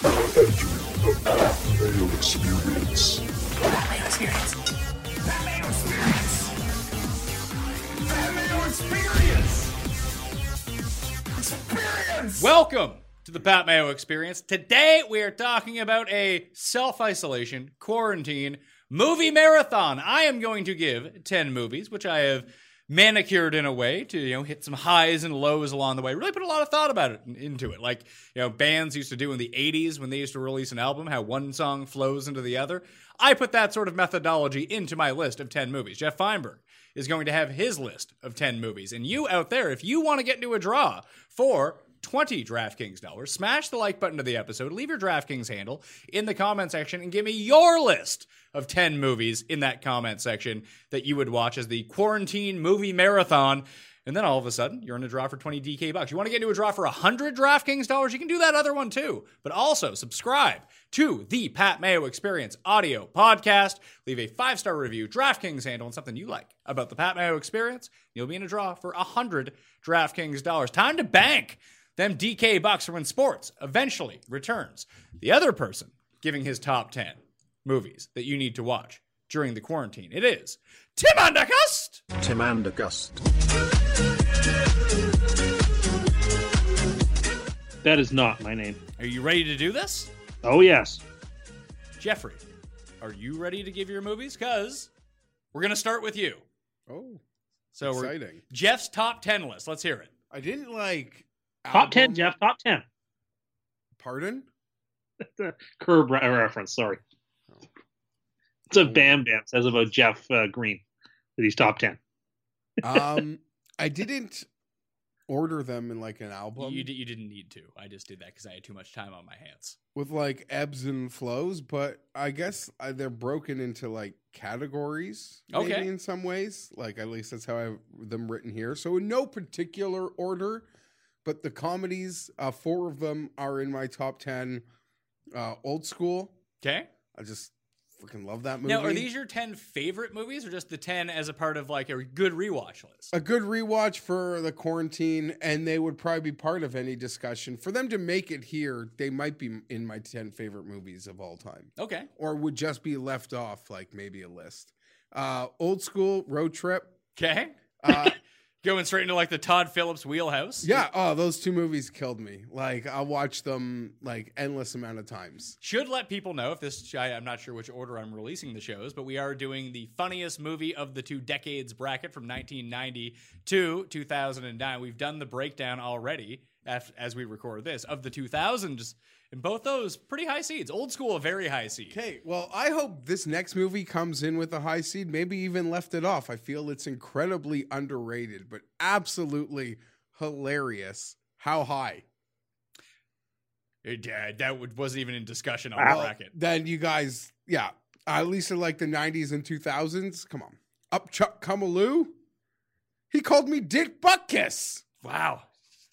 Thank you for that male experience. Welcome to the Pat Mayo Experience. Today we are talking about a self isolation, quarantine, movie marathon. I am going to give 10 movies, which I have manicured in a way to you know hit some highs and lows along the way really put a lot of thought about it into it like you know bands used to do in the 80s when they used to release an album how one song flows into the other i put that sort of methodology into my list of 10 movies jeff feinberg is going to have his list of 10 movies and you out there if you want to get into a draw for 20 DraftKings dollars. Smash the like button to the episode. Leave your DraftKings handle in the comment section and give me your list of 10 movies in that comment section that you would watch as the quarantine movie marathon. And then all of a sudden, you're in a draw for 20 DK bucks. You want to get into a draw for 100 DraftKings dollars? You can do that other one too. But also subscribe to the Pat Mayo Experience audio podcast. Leave a five star review, DraftKings handle, and something you like about the Pat Mayo Experience. You'll be in a draw for 100 DraftKings dollars. Time to bank them DK bucks for when sports eventually returns. The other person giving his top 10 movies that you need to watch during the quarantine. It is Tim Undercust. Tim Andergust. That is not my name. Are you ready to do this? Oh yes. Jeffrey, are you ready to give your movies? Because we're going to start with you. Oh, So we're Exciting. Jeff's top 10 list. Let's hear it. I didn't like Top ten, album- Jeff. Top ten. Pardon? Curb re- uh, reference. Sorry. It's a Oh. Bam Bam says about Jeff uh, Green that he's top ten. Um, I didn't order them in like an album you, di- you didn't need to. I just did that because I had too much time on my hands. with like ebbs and flows, but I guess uh they're broken into like categories. Maybe Okay. in some ways, like at least that's how I have them written here. So in no particular order, but the comedies, uh, four of them are in my top ten. Uh, old school. Okay. I just freaking love that movie. Now, are these your 10 favorite movies or just the 10 as a part of like a good rewatch list? a good rewatch for the quarantine, and they would probably be part of any discussion. For them to make it here, they might be in my 10 favorite movies of all time, Okay. or would just be left off, like maybe a list. Uh, old school road trip. Okay. Uh, Going straight into like the Todd Phillips wheelhouse. yeah, oh, those two movies killed me. Like, I'll watch them like endless amount of times. Should let people know if this, I, I'm not sure which order I'm releasing the shows, but we are doing the funniest movie of the two decades bracket from 1990 to 2009. We've done the breakdown already af- as we record this of the 2000s, and both those pretty high seeds. Old school, a very high seed. Okay, well, I hope this next movie comes in with a high seed, maybe even left it off. I feel it's incredibly underrated, but absolutely hilarious. How high? It- uh, that would, wasn't even in discussion on Well, the bracket. Then you guys, yeah. Uh, at least in like the 90s and 2000s. Come on. Up Chuck Kumaloo. He called me Dick Butkus. Wow.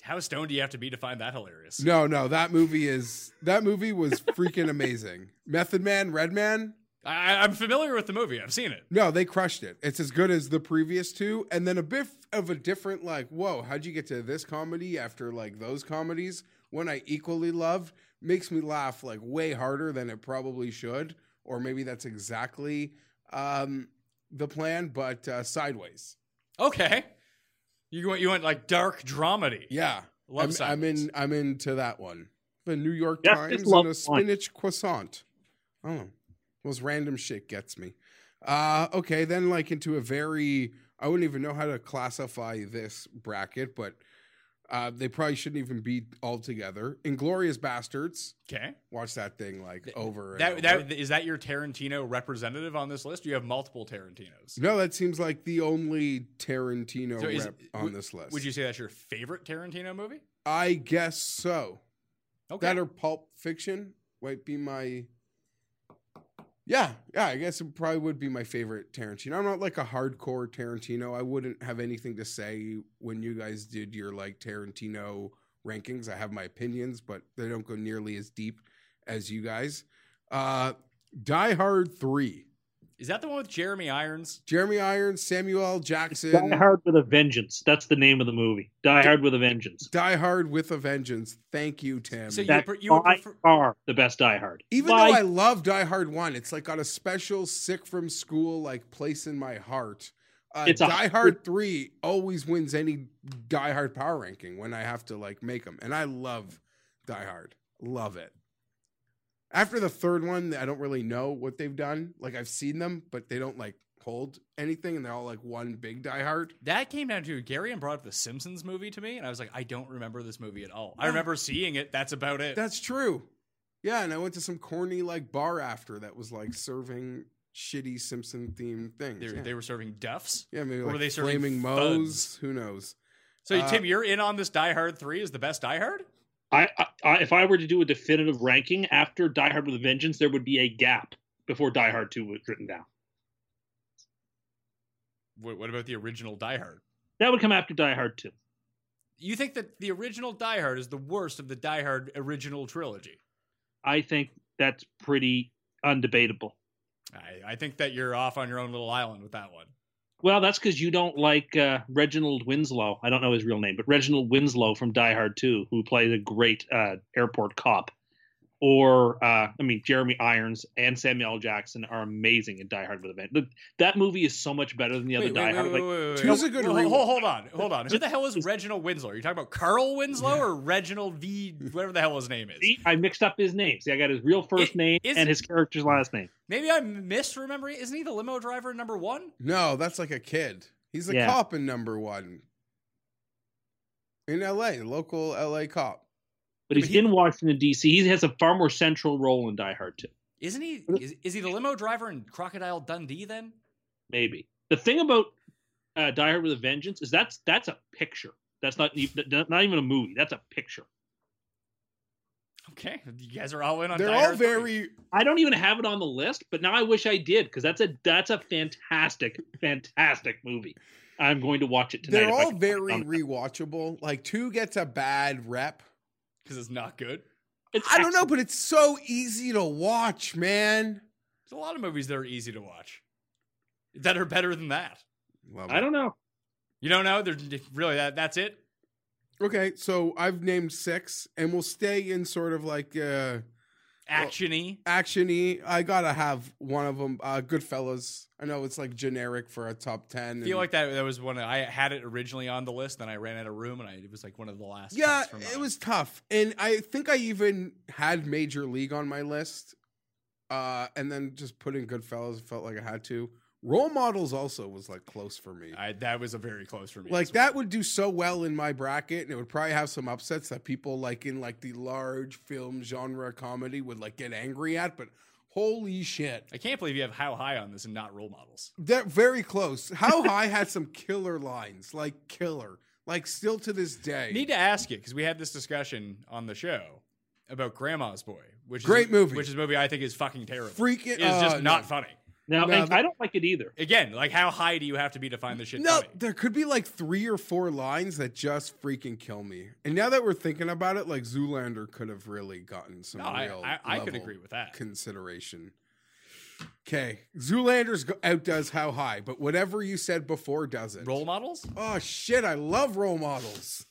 How stoned do you have to be to find that hilarious? No, no, that movie is that movie was freaking amazing. Method Man, Red Man. I, I'm familiar with the movie. I've seen it. No, they crushed it. It's as good as the previous two, and then a bit of a different like, whoa, how'd you get to this comedy after like those comedies? One I equally loved makes me laugh like way harder than it probably should, or maybe that's exactly um, the plan. But uh, sideways, Okay. You went, you went like dark dramedy. yeah, Love I'm, I'm Sideways. in. I'm into that one. The New York Yeah, just Times love and a wine. spinach croissant. I don't know. Those random shit gets me. Uh, okay, then like into a very I wouldn't even know how to classify this bracket, but uh, they probably shouldn't even be all together. Inglorious Bastards. Okay. Watch that thing like over and That, over. that, is that your Tarantino representative on this list? Do you have multiple Tarantinos? no, that seems like the only Tarantino So is- rep on would- this list. Would you say that's your favorite Tarantino movie? I guess so. Okay. That or Pulp Fiction might be my. Yeah, yeah, I guess it probably would be my favorite Tarantino. I'm not like a hardcore Tarantino. I wouldn't have anything to say when you guys did your like Tarantino rankings. I have my opinions, but they don't go nearly as deep as you guys. Uh, Die Hard 3. is that the one with Jeremy Irons? Jeremy Irons, Samuel L. Jackson. Die Hard with a Vengeance. That's the name of the movie. Die Hard with a Vengeance. Die Hard with a Vengeance. Thank you, Tim. So you That's pre- you would by prefer- far the best Die Hard. Even By- though I love Die Hard One, it's like on a special sick from school like place in my heart. Uh, It's a- Die Hard Three always wins any Die Hard power ranking when I have to like make them, and I love Die Hard, love it. After the third one, I don't really know what they've done. Like I've seen them, but they don't like hold anything, and they're all like one big Die Hard. That came down to Gary and brought up the Simpsons movie to me, and I was like, I don't remember this movie at all. I Yeah. remember seeing it. That's about it. That's true. Yeah, and I went to some corny like bar after that was like serving shitty Simpson themed things. they, yeah. they were serving Duffs. Yeah, maybe Or were like they serving flaming moes. Who knows? So, Uh, Tim, you're in on this Die Hard 3 is the best Die Hard? I, I, I, if I were to do a definitive ranking after Die Hard with a Vengeance, there would be a gap before Die Hard Two was written down. What, what about the original Die Hard? That would come after Die Hard Two. You think that the original Die Hard is the worst of the Die Hard original trilogy? I think that's pretty undebatable. I, I think that you're off on your own little island with that one. Well, that's because you don't like uh, Reginald Winslow. I don't know his real name, but Reginald Winslow from Die Hard 2, who played a great uh, airport cop. Or, uh, I mean, Jeremy Irons and Samuel L. Jackson are amazing in Die Hard with a Vengeance. That movee is so much better than the other Die Hard. like, two's a good Well, hold, rewatch. hold- hold on, hold on. Who the hell is Reginald Winslow? Are you talking about Carl Winslow or Reginald V? Whatever the hell his name is. see, I mixed up his name. See, I got his real first It- name is- and his character's last name. Maybe I'm misremembering. Isn't he the limo driver in number one? No, that's like a kid. He's a Yeah. cop in number one in L.A. Local L.A. cop. But he's But he- in Washington, D.C. He has a far more central role in Die Hard 2, Isn't he? Is, is he the limo driver in Crocodile Dundee? Then maybe. The thing about uh, Die Hard with a Vengeance is that's that's a picture. That's not, e- not even a movie. That's a picture. okay, you guys are all in on. They're Die all Hard three. very. I don't even have it on the list, but now I wish I did because that's a that's a fantastic, fantastic movie. I'm going to watch it tonight. They're if I all can very find it. rewatchable. Like two gets a bad rep. because it's not good. It's I don't know, but it's so easy to watch, man. There's a lot of movies that are easy to watch that are better than that. Love I don't know. You don't know? There's really that. That's it. Okay, so I've named six, and we'll stay in sort of like uh, Actiony. actiony. I gotta have one of them. Uh, Goodfellas. I know it's like generic for a top ten. I feel and- like that that was one I had it originally on the list, then I ran out of room, and I, it was like one of the last. Yeah, ones from it mine. was tough, and I think I even had Major League on my list, uh, and then just putting Goodfellas felt like I had to. Role Models also was like close for me. I, that was a very close for me. like as well. that would do so well in my bracket, and it would probably have some upsets that people like in like the large film genre comedy would like get angry at. But holy shit, I can't believe you have how high on this and not role models. that very close. How High had some killer lines, like killer, like still to this day. Need to ask you because we had this discussion on the show about Grandma's Boy, which Great is, movie. which is a movie I think is fucking terrible. Freaking- It is just uh, not no. funny. Now, No, and the- I don't like it either. Again, like how high do you have to be to find this shit No, funny? there could be like three or four lines that just freaking kill me. And now that we're thinking about it, like Zoolander could have really gotten some No, I- real. I- I could level agree with that. consideration. Okay, Zoolander's go- outdoes how high, but whatever you said before does it. Role models? Oh shit! I love role models.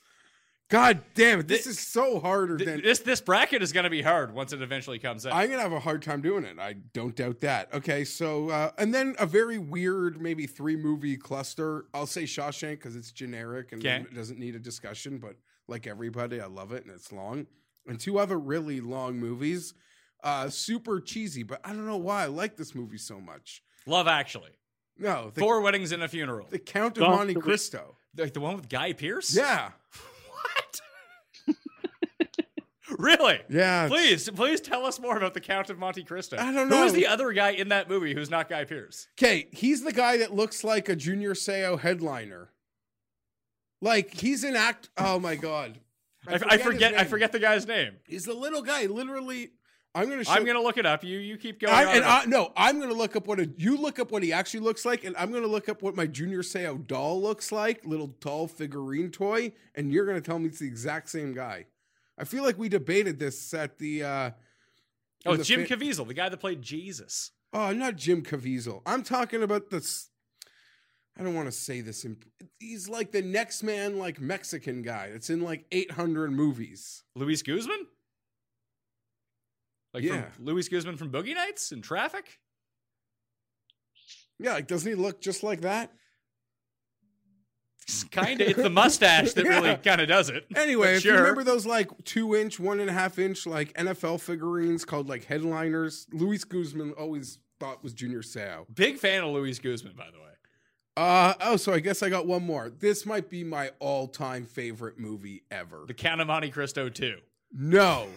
God damn it! This, Thi- is so harder Th- than this this bracket is going to be hard once it eventually comes out. I'm gonna have a hard time doing it. I don't doubt that. Okay, so uh, and then a very weird, maybe three movie cluster. I'll say Shawshank because it's generic and Okay. it doesn't need a discussion. But like everybody, I love it and it's long. And two other really long movies, uh, super cheesy. But I don't know why I like this movie so much. Love Actually, No, the, Four Weddings and a Funeral, the Count of Don't Monte delete- Cristo. like the one with Guy Pierce. Yeah, What? really? yeah. Please, please tell us more about the Count of Monte Cristo. I don't Who is know. the other guy in that movie who's not Guy Pierce? Okay, he's the guy that looks like a Junior Seo headliner. Like he's an act. Oh my god. I, I his forget. I name. forget the guy's name. He's the little guy. Literally, I'm gonna. Show, I'm gonna look it up. You you keep going. I, on and about I, no, I'm gonna look up what a, you look up what he actually looks like, and I'm gonna look up what my Junior Seo doll looks like, little doll figurine toy, and you're gonna tell me it's the exact same guy. I feel like we debated this at the. uh it. oh, in the Jim fa- Caviezel, the guy that played Jesus. Oh, not Jim Caviezel. I'm talking about this. I don't want to say this. Imp- he's like the next man, like Mexican guy that's in like 800 movies. Luis Guzman? Like Yeah. from Luis Guzman from Boogie Nights and Traffic? Yeah, like doesn't he look just like that? Kind of. It's the mustache that really Yeah. kind of does it. Anyway, But if you remember those like two inch, one and a half inch like NFL figurines called like headliners, Luis Guzman always thought was Junior Seo. Big fan of Luis Guzman, by the way. Uh, oh, so I guess I got one more. This might be my all time favorite movie ever. The Count of Monte Cristo 2. No,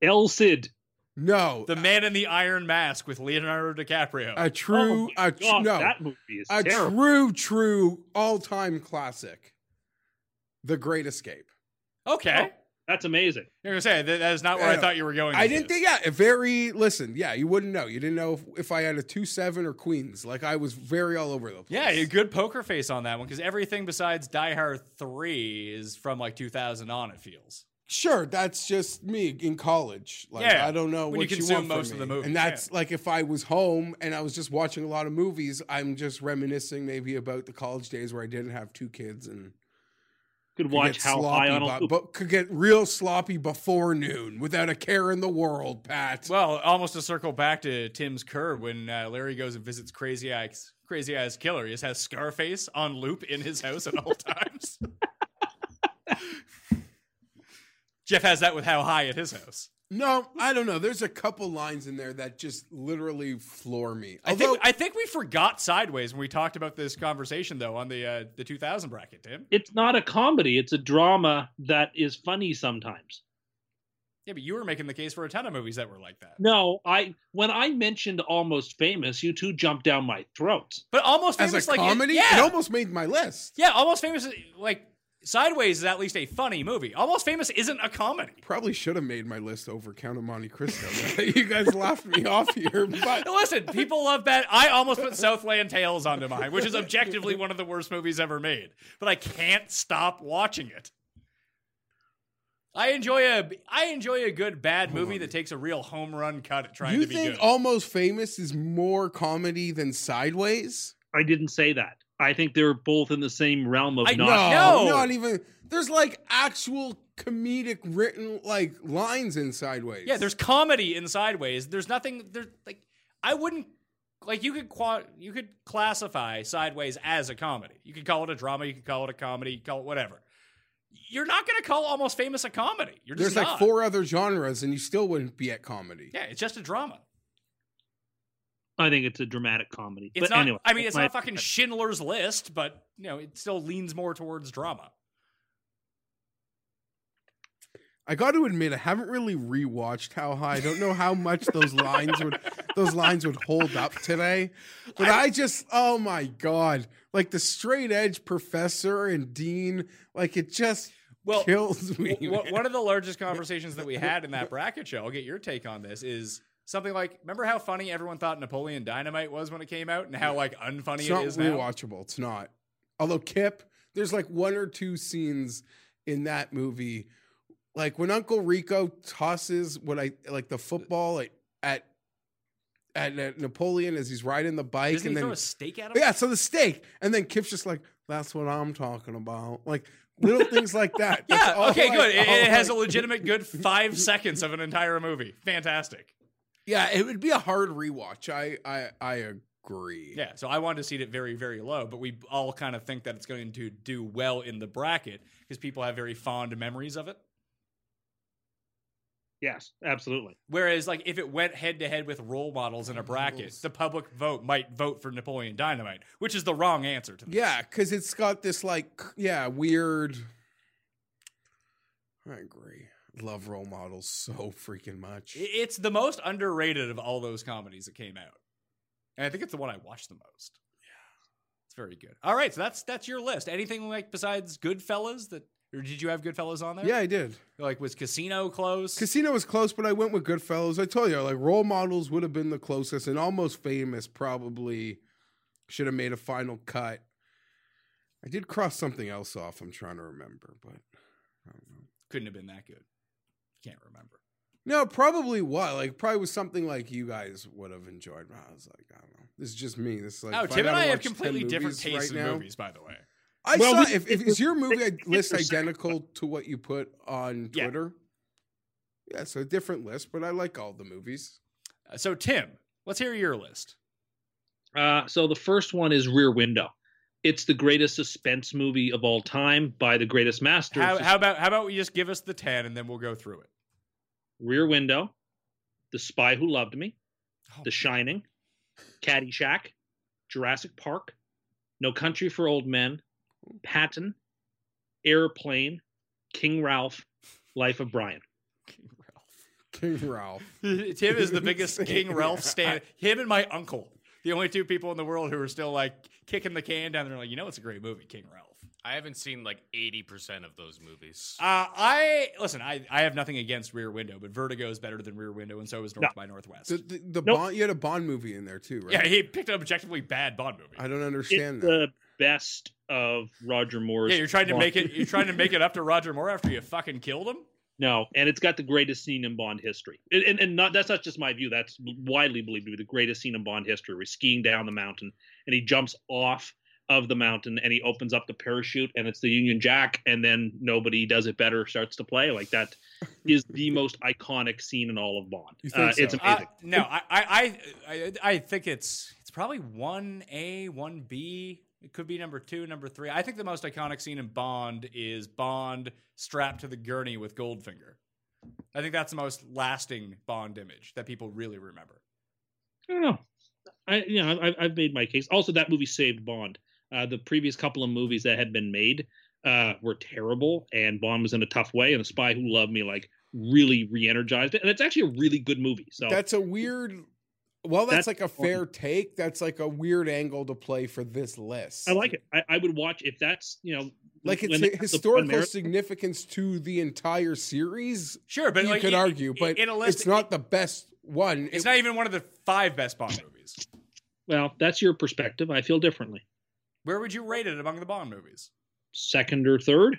El Cid. no. The Man in the Iron Mask with Leonardo DiCaprio. a Oh true, my a tr- God, no, that movie is a terrible. true, true all time classic. The Great Escape. okay. Eh? That's amazing. You're going to say, that, that is not where I Oh. Yeah. thought you were going. I with didn't this. think, yeah, a very, listen, yeah, you wouldn't know. You didn't know if, if I had a 2 7 or Queens. Like, I was very all over the place. Yeah, a good poker face on that one because everything besides Die Hard 3 is from like 2000 on, it feels. Sure, that's just me in college. Like Yeah, I don't know when you what you, consume want from most of me. the movies, And that's like if I was home and I was just watching a lot of movies, I'm just reminiscing maybe about the college days where I didn't have two kids and Could could watch get how sloppy high on bu- a but could get real sloppy before noon without a care in the world, Pat. Well, almost to circle back to Tim's curb when uh, Larry goes and visits Crazy Eyes Crazy Eyes Killer. He just has Scarface on loop in his house at all times. Jeff has that with how high at his house. no, I don't know. There's a couple lines in there that just literally floor me. I Although, think I think we forgot Sideways when we talked about this conversation though on the uh, the 2000 bracket, Tim. It's not a comedy. It's a drama that is funny sometimes. Yeah, but you were making the case for a ton of movies that were like that. No, I when I mentioned Almost Famous, you two jumped down my throat. But almost as famous a like comedy, yeah, it almost made my list. yeah, almost famous like Sideways is at least a funny movie. Almost famous isn't a comedy. Probably should have made my list over Count of Monte Cristo. you guys laughed me off here, but Now, Listen, people love that. I almost put Southland Tales onto mine, which is objectively one of the worst movies ever made. But I can't stop watching it. I enjoy a I enjoy a good bad movie that takes a real home run cut at trying you to be think good. Almost Famous is more comedy than Sideways? I didn't say that. I think they're both in the same realm of I- not. No. not even. There's like actual comedic written like lines in Sideways. yeah, there's comedy in Sideways. There's nothing there's like I wouldn't like you could qua- you could classify Sideways as a comedy. You could call it a drama, you could call it a comedy, you could call it whatever. You're not going to call Almost Famous a comedy. You're just there's not. like four other genres, and you still wouldn't be at comedy. Yeah, it's just a drama. I think it's a dramatic comedy. It's but not. anyway, I mean, it's my- not fucking Schindler's List, but you know, it still leans more towards drama. I got to admit, I haven't really rewatched How High. I don't know how much those lines would those lines would hold up today. But I, just, oh my god, like the straight edge professor and dean, like it just Well, kills me. w- w- man. one of the largest conversations that we had in that bracket show, I'll get your take on this, is something like remember how funny everyone thought Napoleon Dynamite was when it came out and how like unfunny It's it not is now? rewatchable. It's not. Although Kip, there's like one or two scenes in that movie, like when Uncle Rico tosses what I like the football at at, at, at Napoleon as he's riding the bike, Doesn't he and throw then a steak at him? yeah, so the steak, and then Kip's just like, "That's what I'm talking about." Like little things like that. That's Yeah, all okay, I- good. It, all it has I- a legitimate good five seconds of an entire movie. Fantastic. Yeah, it would be a hard rewatch. I I I agree. Yeah, so I wanted to seed it very, very low, but we all kind of think that it's going to do well in the bracket because people have very fond memories of it. Yes, absolutely. Whereas, like, if it went head to head with role models in a bracket, the public vote might vote for Napoleon Dynamite, which is the wrong answer to this. Yeah, because it's got this like c- yeah weird. I agree. Love role models so freaking much. I- It's the most underrated of all those comedies that came out. And I think it's the one I watched the most. Yeah. It's very good. All right, so that's that's your list. Anything like besides Goodfellas that or did you have Goodfellas on there? Yeah, I did. Like was Casino close? Casino was close, but I went with Goodfellas. I told you, like role models would have been the closest, and almost famous probably should have made a final cut. I did cross something else off. I'm trying to remember, but I don't know. Couldn't have been that good. Can't remember. No, probably what? Like, probably was something like you guys would have enjoyed. I was like, I don't know. This is just me. This is like. oh, if I Tim and gotta I have watch 10 completely different movies tastes right in now- movies, by the way. I Well, saw we- if, if is your movie it- it's list the same. identical to what you put on Yeah. Twitter? Yeah, so a different list, but I like all the movies. Uh, so Tim, let's hear your list. Uh, so the first one is Rear Window. It's the greatest suspense movie of all time by the greatest master. of How, suspense. how about how about we just give us the ten and then we'll go through it. Rear Window, The Spy Who Loved Me, Oh. The Shining, Caddyshack, Jurassic Park, No Country for Old Men, Patton, Airplane, King Ralph, Life of Brian. King Ralph. Tim is the biggest King Ralph stand. Him and my uncle, the only two people in the world who are still like kicking the can down. They're like, you know, it's a great movie, King Ralph. I haven't seen like 80% of those movies. Uh, I listen. I, I have nothing against Rear Window, but Vertigo is better than Rear Window, and so is North by Northwest. The, the, the Nope. Bond, you had a Bond movie in there too, right? yeah, he picked an objectively bad Bond movie. I don't understand It's uh, that. the best of Roger Moore's. yeah, you're trying to Bond. make it. You're trying to make it up to Roger Moore after you fucking killed him. No, and it's got the greatest scene in Bond history. And, and, and not that's not just my view. That's widely believed to be the greatest scene in Bond history. We're skiing down the mountain, and he jumps off of the mountain, and he opens up the parachute, and it's the Union Jack, and then nobody does it better starts to play. Like that is the most iconic scene in all of Bond. You think Uh, It's so? Uh, amazing. no, I, I, I, I- I think it's it's probably one A, one B. It could be number two, number three. I think the most iconic scene in Bond is Bond strapped to the gurney with Goldfinger. I think that's the most lasting Bond image that people really remember. I don't know. I you know I've, I've made my case. Also, that movie saved Bond. Uh, the previous couple of movies that had been made uh, were terrible, and Bond was in a tough way. And The Spy Who Loved Me like really re-energized it, and it's actually a really good movie. So That's a weird. Well, That's that's, like a fair take. That's like a weird angle to play for this list. I like it. I, I would watch if that's you know Like when its they have the Bond historical marathon- significance to the entire series. Sure, but you like, could i- argue, i- but in a list, it's not the best one. It's It- not even one of the five best Bond movies. Well, that's your perspective. I feel differently. Where would you rate it among the Bond movies? Second or third?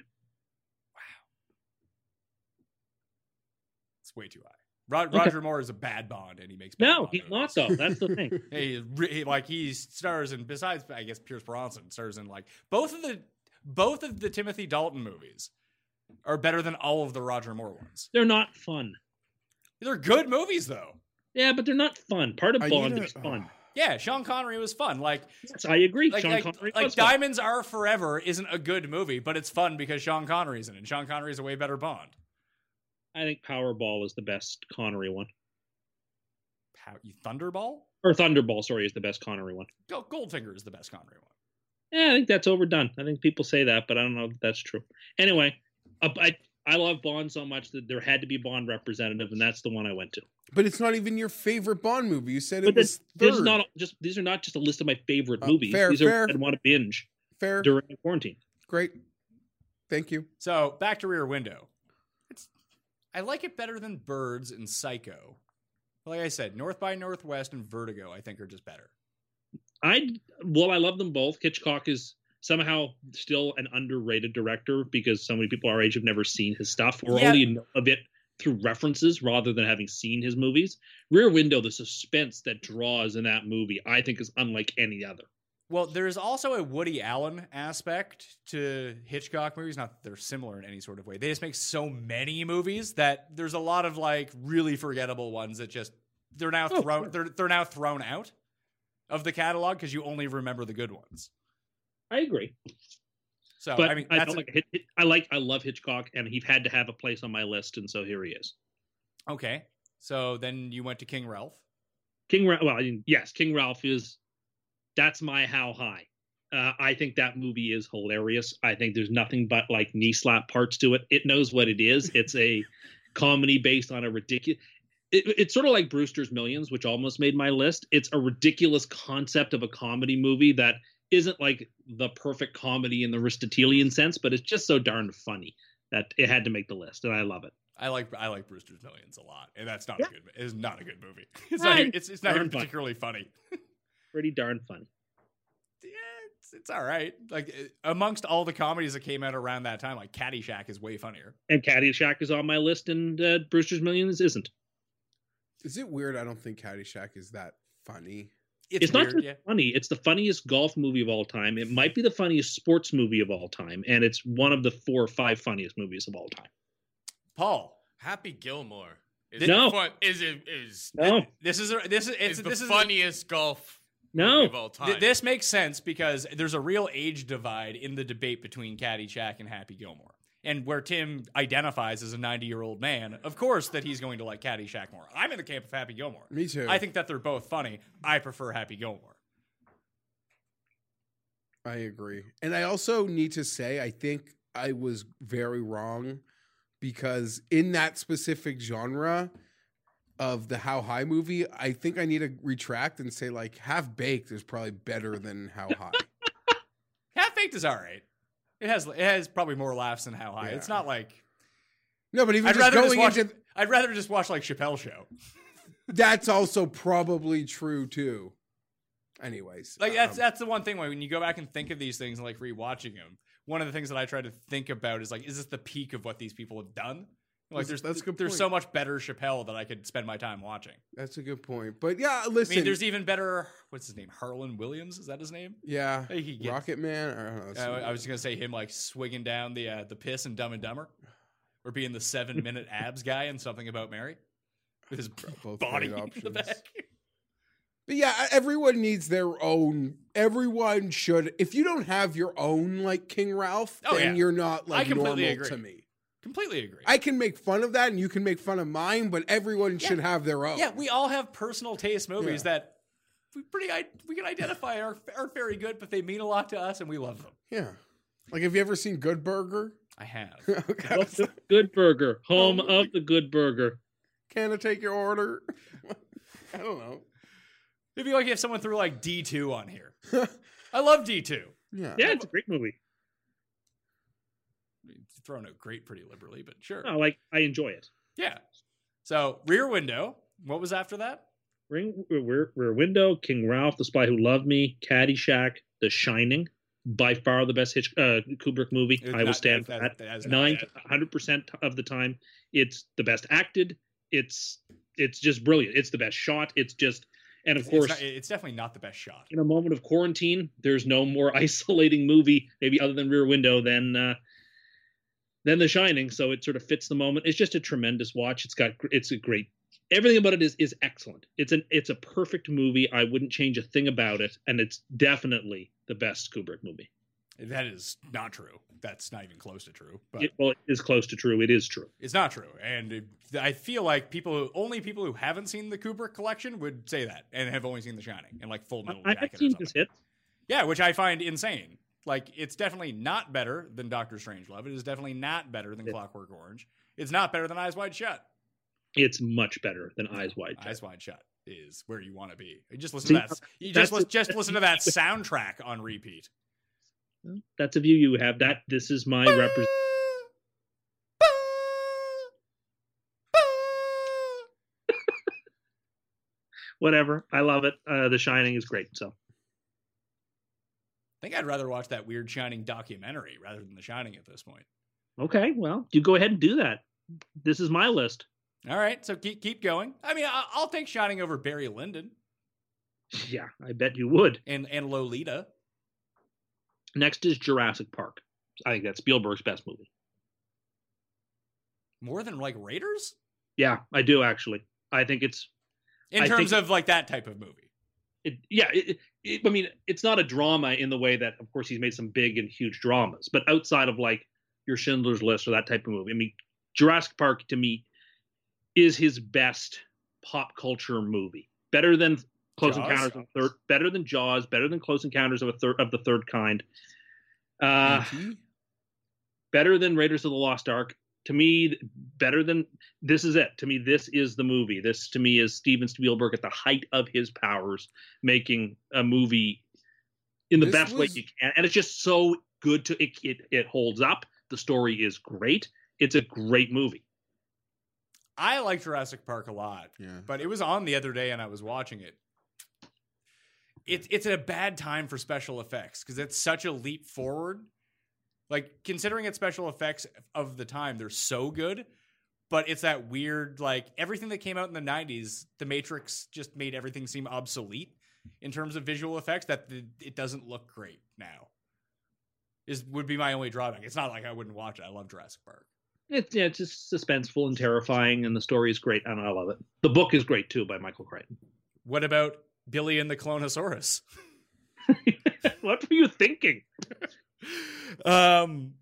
It's way too high. Rod, Okay. Roger Moore is a bad Bond, and he makes bad No, Bond he's movies. not though. That's the thing. He, re- he- like he stars in besides I guess Pierce Bronson stars in like both of the both of the Timothy Dalton movies are better than all of the Roger Moore ones. They're not fun. They're good movies though. Yeah, but they're not fun. Part of I need Bond a- is fun. Yeah, Sean Connery was fun. Like Yes, I agree. like Sean like, Connery like was fun. Diamonds Are Forever isn't a good movie, but it's fun because Sean Connery's in it. and Sean Connery's a way better Bond. I think Powerball is the best Connery one, How, you Thunderball? or Thunderball. Sorry, is the best Connery one. Go- Goldfinger is the best Connery one. Yeah, I think that's overdone. I think people say that, but I don't know if that's true. Anyway, uh, I I love Bond so much that there had to be Bond representative, and that's the one I went to. but it's not even your favorite Bond movie. You said it But was this, third. this is not just these are not just a list of my favorite Uh, movies. fair, these fair. are what I'd want to binge fair. during the quarantine. Great. Thank you. So back to Rear Window. It's I like it better than Birds and Psycho. Like I said, North by Northwest and Vertigo, I think, are just better. I well, I love them both. Hitchcock is somehow still an underrated director because so many people our age have never seen his stuff or Yeah. only know of it through references rather than having seen his movies. Rear Window, the suspense that draws in that movie, I think is unlike any other. Well, there is also a Woody Allen aspect to Hitchcock movies. Not that they're similar in any sort of way. They just make so many movies that there's a lot of like really forgettable ones that just they're now Oh, thrown sure. they're they're now thrown out of the catalog because you only remember the good ones. I agree, So but Oh, I mean, I that's don't like Hit- Hit- I like I love Hitchcock, and he had to have a place on my list, and so here he is. okay. So then you went to King Ralph. King Ralph. Well, I mean, yes, King Ralph is. That's my how high. Uh, I think that movie is hilarious. I think there's nothing but like knee slap parts to it. It knows what it is. It's a comedy based on a ridiculous. It, it's sort of like Brewster's Millions, which almost made my list. It's a ridiculous concept of a comedy movie that isn't like the perfect comedy in the Aristotelian sense, but it's just so darn funny that it had to make the list, and I love it. I like I like Brewster's Millions a lot, and that's not Yeah. a good. It's not a good movie. It's not. even- Right. It's, it's not even Darn funny. particularly funny. Pretty darn funny. Yeah, it's, it's all right. Like eh, amongst all the comedies that came out around that time, like Caddyshack is way funnier. And Caddyshack is on my list, and uh, Brewster's Millions isn't. Is it weird? I don't think Caddyshack is that funny. It's, It's, not weird, just yeah. funny. It's the funniest golf movie of all time. It might be the funniest sports movie of all time, and it's one of the four or five funniest movies of all time. Paul, Happy Gilmore. Is Th- No. it fun, is it is No, this is a, this is it's is the this is funniest golf movie of no, all time. Th- this makes sense because there's a real age divide in the debate between Caddyshack and Happy Gilmore. And where Tim identifies as a 90 year old man, of course that he's going to like Caddyshack more. I'm in the camp of Happy Gilmore. Me too. I think that they're both funny. I prefer Happy Gilmore. I agree. And I also need to say, I think I was very wrong because in that specific genre of the How High movie, I think I need to retract and say, like, Half Baked is probably better than How High. Half Baked is all right. It has it has probably more laughs than How High. Yeah. It's not like no, but even I'd just rather just going watch. into I'd rather just watch like Chappelle Show. that's also probably true too. Anyways, Like that's um, that's the one thing when you go back and think of these things and like rewatching them. One of the things that I try to think about is like, is this the peak of what these people have done? Like, That's- there's that's a good there's point. so much better Chappelle that I could spend my time watching. that's a good point. But yeah, I listen, mean, there's e even better. What's his name? Harlan Williams is that his name? yeah, I think he gets- Rocket Man. I don't know. Oh, I, I was gonna say him like swigging down the uh, the piss and Dumb and Dumber, or being the seven minute abs guy and something about Mary with his both body great in the options. back. But yeah, e, everyone needs their own. Everyone should. If you don't have your own like King Ralph, Oh, then yeah. you're not like I completely normal agree. to me. Completely agree. I can make fun of that, and you can make fun of mine, but everyone Yeah. should have their own. Yeah, we all have personal taste movies Yeah. that we pretty I, we can identify are aren't very good, but they mean a lot to us and we love them. yeah. Like, have you ever seen Good Burger? I have. Okay. Good Burger, home of the Good Burger. can I take your order? I don't know. It'd be like if someone threw like D two on here. I love D two. Yeah. Yeah, it's a great movie. Thrown out great pretty liberally, but sure. No, like I enjoy it. Yeah. So Rear Window. What was after that? Ring, Rear, Rear Window, King Ralph, The Spy Who Loved Me, Caddyshack, The Shining. By far the best Hitch, uh, Kubrick movie. It's I will not- stand for that- that. that is not Nine bad. hundred percent of the time, it's the best acted. It's it's just brilliant. It's the best shot. It's just, and of It's- course, it's, not- it's definitely not the best shot. in a moment of quarantine, there's no more isolating movie, maybe other than Rear Window, than uh, than The Shining. So it sort of fits the moment. It's just a tremendous watch. It's got gr- it's a great everything about it is is excellent. It's an it's a perfect movie. I wouldn't change a thing about it, and it's definitely the best Kubrick movie. That is not true. That's not even close to true. But It, well, it is close to true. It is true. It's not true, and it, I feel like people who, only people who haven't seen the Kubrick collection would say that, and have only seen The Shining and like Full Metal I, Jacket. I've or seen something. this hit. yeah, which I find insane. Like, it's definitely not better than Doctor Strangelove. It is definitely not better than Yeah. Clockwork Orange. It's not better than Eyes Wide Shut. It's much better than Eyes Wide Shut. Eyes Wide Shut is where you want to be. You just listen See, to that. You just that's lis- the- just listen to that soundtrack on repeat. That's a view you have. That this is my represent. Whatever. I love it. Uh, the Shining is great. So I think I'd rather watch that weird Shining documentary rather than The Shining at this point. okay, well, you go ahead and do that. This is my list. All right, so keep keep going. I mean, I, I'll take Shining over Barry Lyndon Yeah, I bet you would. and and Lolita. Next is Jurassic Park. I think that's Spielberg's best movie. More than like Raiders Yeah, I do actually. I think it's in I terms think- of like that type of movie. it, yeah. It, it, I mean, it's not a drama in the way that, of course, he's made some big and huge dramas, but outside of like your Schindler's List or that type of movie, I mean, Jurassic Park to me is his best pop culture movie. Better than Close Jaws? Encounters of the Third, better than Jaws, better than Close Encounters of a Third of the Third Kind. Uh, E.T.? better than Raiders of the Lost Ark. To me, th- better than this is it. To me, this is the movie. This to me is Steven Spielberg at the height of his powers, making a movie in the This best way was- you can, and it's just so good. To it, it, it holds up. The story is great. It's a great movie. I like Jurassic Park a lot, yeah. but it was on the other day and I was watching it. It's it's at a bad time for special effects because it's such a leap forward. Like considering its special effects of the time, they're so good, but it's that weird like everything that came out in the '90s. The Matrix just made everything seem obsolete in terms of visual effects. That the, it doesn't look great now. Is would be my only drawback. It's not like I wouldn't watch it. I love Jurassic Park. It's yeah, it's just suspenseful and terrifying, and the story is great. I don't know, I love it. The book is great too by Michael Crichton. What about Billy and the Clonosaurus? what were you thinking? um,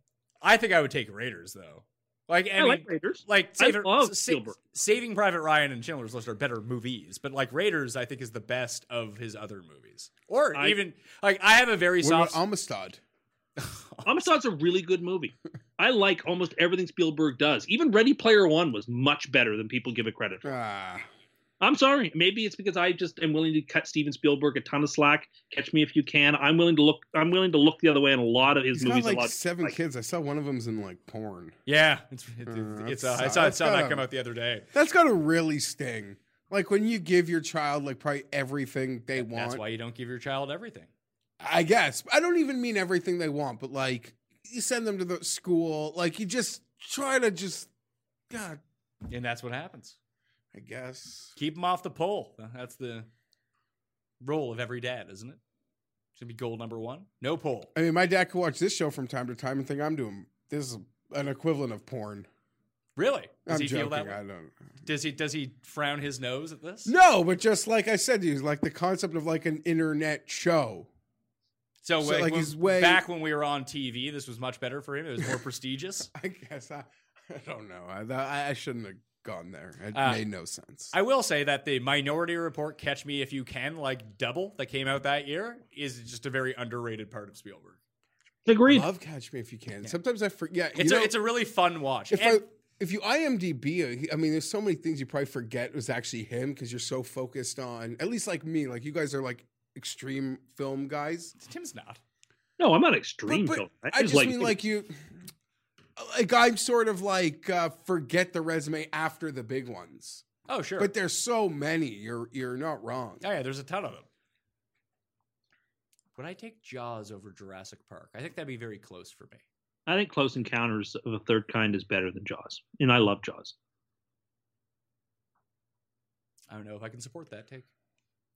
I think I would take Raiders though. Like, I, I, mean, like like, Raiders. I Saver- love Sa- Spielberg. Saving Private Ryan and Schindler's List are better movies, but like Raiders, I think is the best of his other movies. Or I- even like I have a very What about soft. Amistad? Amistad's a really good movie. I like almost everything Spielberg does. Even Ready Player One was much better than people give it credit for. Ah, I'm sorry. Maybe it's because I just am willing to cut Steven Spielberg a ton of slack. Catch me if you can. I'm willing to look. I'm willing to look the other way in a lot of his he's got movies. a like lot. seven like- kids. I saw one of them's in like porn. yeah, it's it's, Uh, it's, uh, that's- I saw I that's saw kind that of- come out the other day. That's gotta really sting. Like when you give your child like probably everything they want. That's why you don't give your child everything. I guess. I don't even mean everything they want, but like you send them to the school, like you just try to just God, And that's what happens. I guess. Keep them off the pole. That's the rule of every dad, isn't it? Should be goal number one. No pole. I mean my dad could watch this show from time to time and think I'm doing this is an equivalent of porn. Really? Does I'm he joking. feel that way? I don't Does he does he frown his nose at this? No, but just like I said to you, like the concept of like an internet show. So, So, like, like, when- his way- back when we were on TV, this was much better for him. It was more prestigious. I guess I, I don't know. I, I I shouldn't have gone there. It Uh, made no sense. I will say that the Minority Report "Catch Me If You Can" like double that came out that year is just a very underrated part of Spielberg. Agreed. love Catch Me If You Can. Sometimes I forget. you It's know- a it's a really fun watch. if And I if you IMDb, uh, I mean, there's so many things you probably forget was actually him because you're so focused on. At least like me, like you guys are like extreme film guys. Tim's not. No, I'm not extreme. But- film. but That I is just mean like you. Like I'm sort of like uh, forget the resume after the big ones, Oh sure. but there's so many. You're you're not wrong. oh yeah, there's a ton of them. Would I take Jaws over Jurassic Park? I think that'd be very close for me. I think Close Encounters of a Third Kind is better than Jaws, and I love Jaws. I don't know if I can support that take.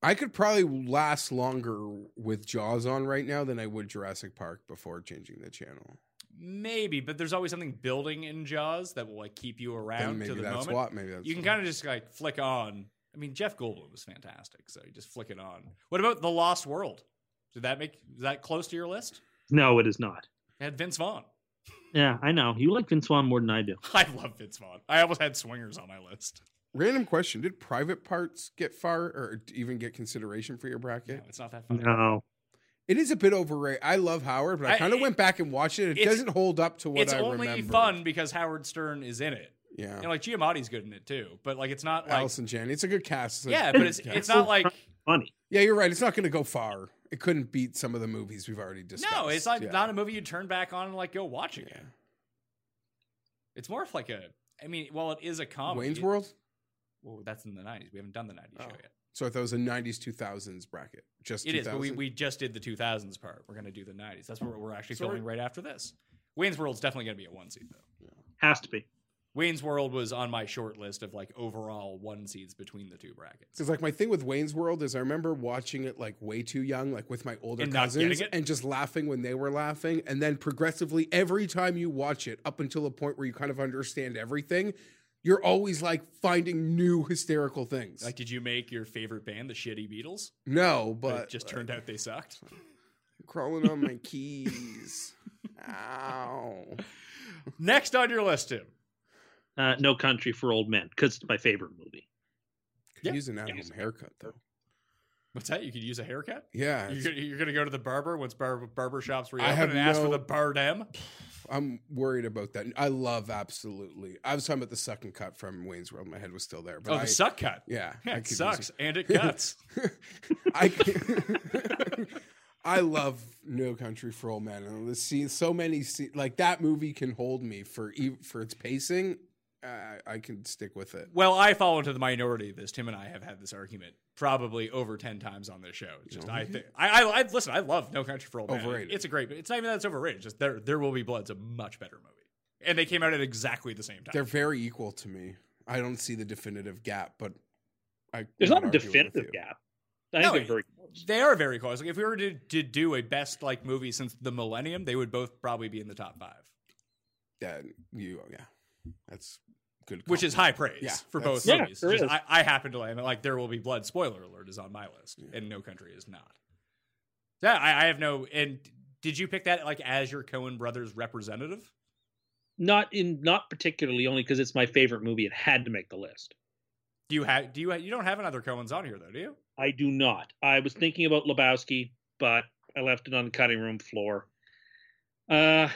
I could probably last longer with Jaws on right now than I would Jurassic Park before changing the channel. Maybe, but there's always something building in Jaws that will like keep you Then around maybe to the that's moment. what. Maybe that's you can kind of just like flick on. I mean, Jeff Goldblum was fantastic, so you just flick it on. What about The Lost World? Did that make is that close to your list? No, it is not. It had Vince Vaughn. Yeah, I know. You like Vince Vaughn more than I do. I love Vince Vaughn. I almost had Swingers on my list. Random question: Did private parts get far or even get consideration for your Yeah, bracket? it's not that funny. No, It is a bit overrated. I love Howard, but I I- kind of it- went back and watched it. It it's- doesn't hold up to what It's I only remember. fun because Howard Stern is in it. yeah. And like Giamatti's good in it too, but like it's not like Allison Janney. It's a good cast. a yeah, good but it's cast. it's not like funny. yeah, you're right. It's not going to go far. It couldn't beat some of the movies we've already discussed. No, it's like Yeah. not a movie you turn back on and like go watch again. It's more of like a. I mean, well, it is a comedy. Wayne's World. Well, that's in the '90s. We haven't done the '90s Oh. show yet. So I thought it was a '90s 2000s bracket. Just It is, but we, 2000? we just did the 2000s part. We're going to do the 90s. That's what we're actually So filming right after this. Wayne's World's definitely going to be a one seed, though. Has to be. Wayne's World was on my short list of like overall one seeds between the two brackets. Because like my thing with Wayne's World is I remember watching it like way too young, like with my older And not cousins, getting it? and just laughing when they were laughing, and then progressively every time you watch it, up until a point where you kind of understand everything, you're always like finding new hysterical things. Like, did you make your favorite band the Shitty Beatles? no, but, it just turned out they sucked. crawling on my keys. Ow! Next on your list, Tim. Uh, no Country for Old Men because it's my favorite movie. Could Yeah. use an at-home Yes. haircut though. What's that? You could use a haircut. Yeah, You're, gonna- you're going to go to the barber once barber, barber shops reopen I have and ask for no- the bardem. I'm worried about that. I love absolutely. I was talking about the second cut from Wayne's World. My head was still there, but Oh, I, the suck cut. Yeah, I it could use sucks and it cuts. I can- I love No Country for Old Men. And let's see so many sce- like that movie can hold me for ev- for its pacing. Uh, I can stick with it. Well, I fall into the minority of this. Tim and I have had this argument probably over ten times on this show. It's just I think I, I, I listen. I love No Country for Old Men. Overrated. It's a great. It's not even that it's overrated. It's just there, there will be blood's a much better movie, and they came out at exactly the same time. They're very equal to me. I don't see the definitive gap, but I There's would not a argue it with definitive you. gap. I No, think it- they're very close. They are very close. Like if we were to, to do a best like movie since the millennium, they would both probably be in the top five, That you yeah, that's good. which is compliment. high praise Yeah, for that's- both Yeah, movies. there Just, is. I, I happen to I mean, like there will be blood. Spoiler alert is on my list, and No Country is not. Yeah, I, I have no. And did you pick that like as your Cohen brothers representative? Not in not particularly only because it's my favorite movie. It had to make the list. Do you have? Do you? Ha- you don't have another Cohen's on here though, do you? I do not. I was thinking about Lebowski, but I left it on the cutting room floor. Uh,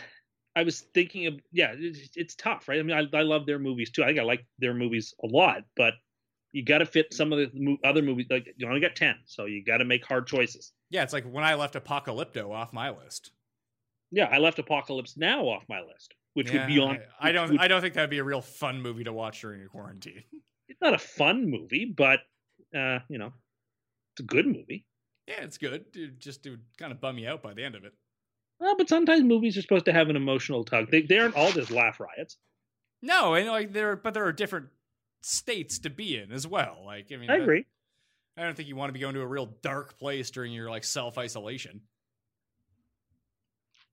I was thinking of yeah, it's, it's tough, right? I mean, I, I love their movies too. I think I like their movies a lot, but you got to fit some of the mo- other movies. Like you only got ten, so you got to make hard choices. Yeah, it's like when I left Apocalypto off my list. Yeah, I left Apocalypse Now off my list, which Yeah, would be on. I, I which don't. would- I don't think that'd be a real fun movie to watch during a quarantine. it's not a fun movie, but uh, you know, it's a good movie. Yeah, it's good. It just it would kind of bum you out by the end of it. Uh, but sometimes movies are supposed to have an emotional tug. They, they aren't all just laugh riots. No, and like there, but there are different states to be in as well. Like I mean, I that- agree. I don't think you want to be going to a real dark place during your like self isolation.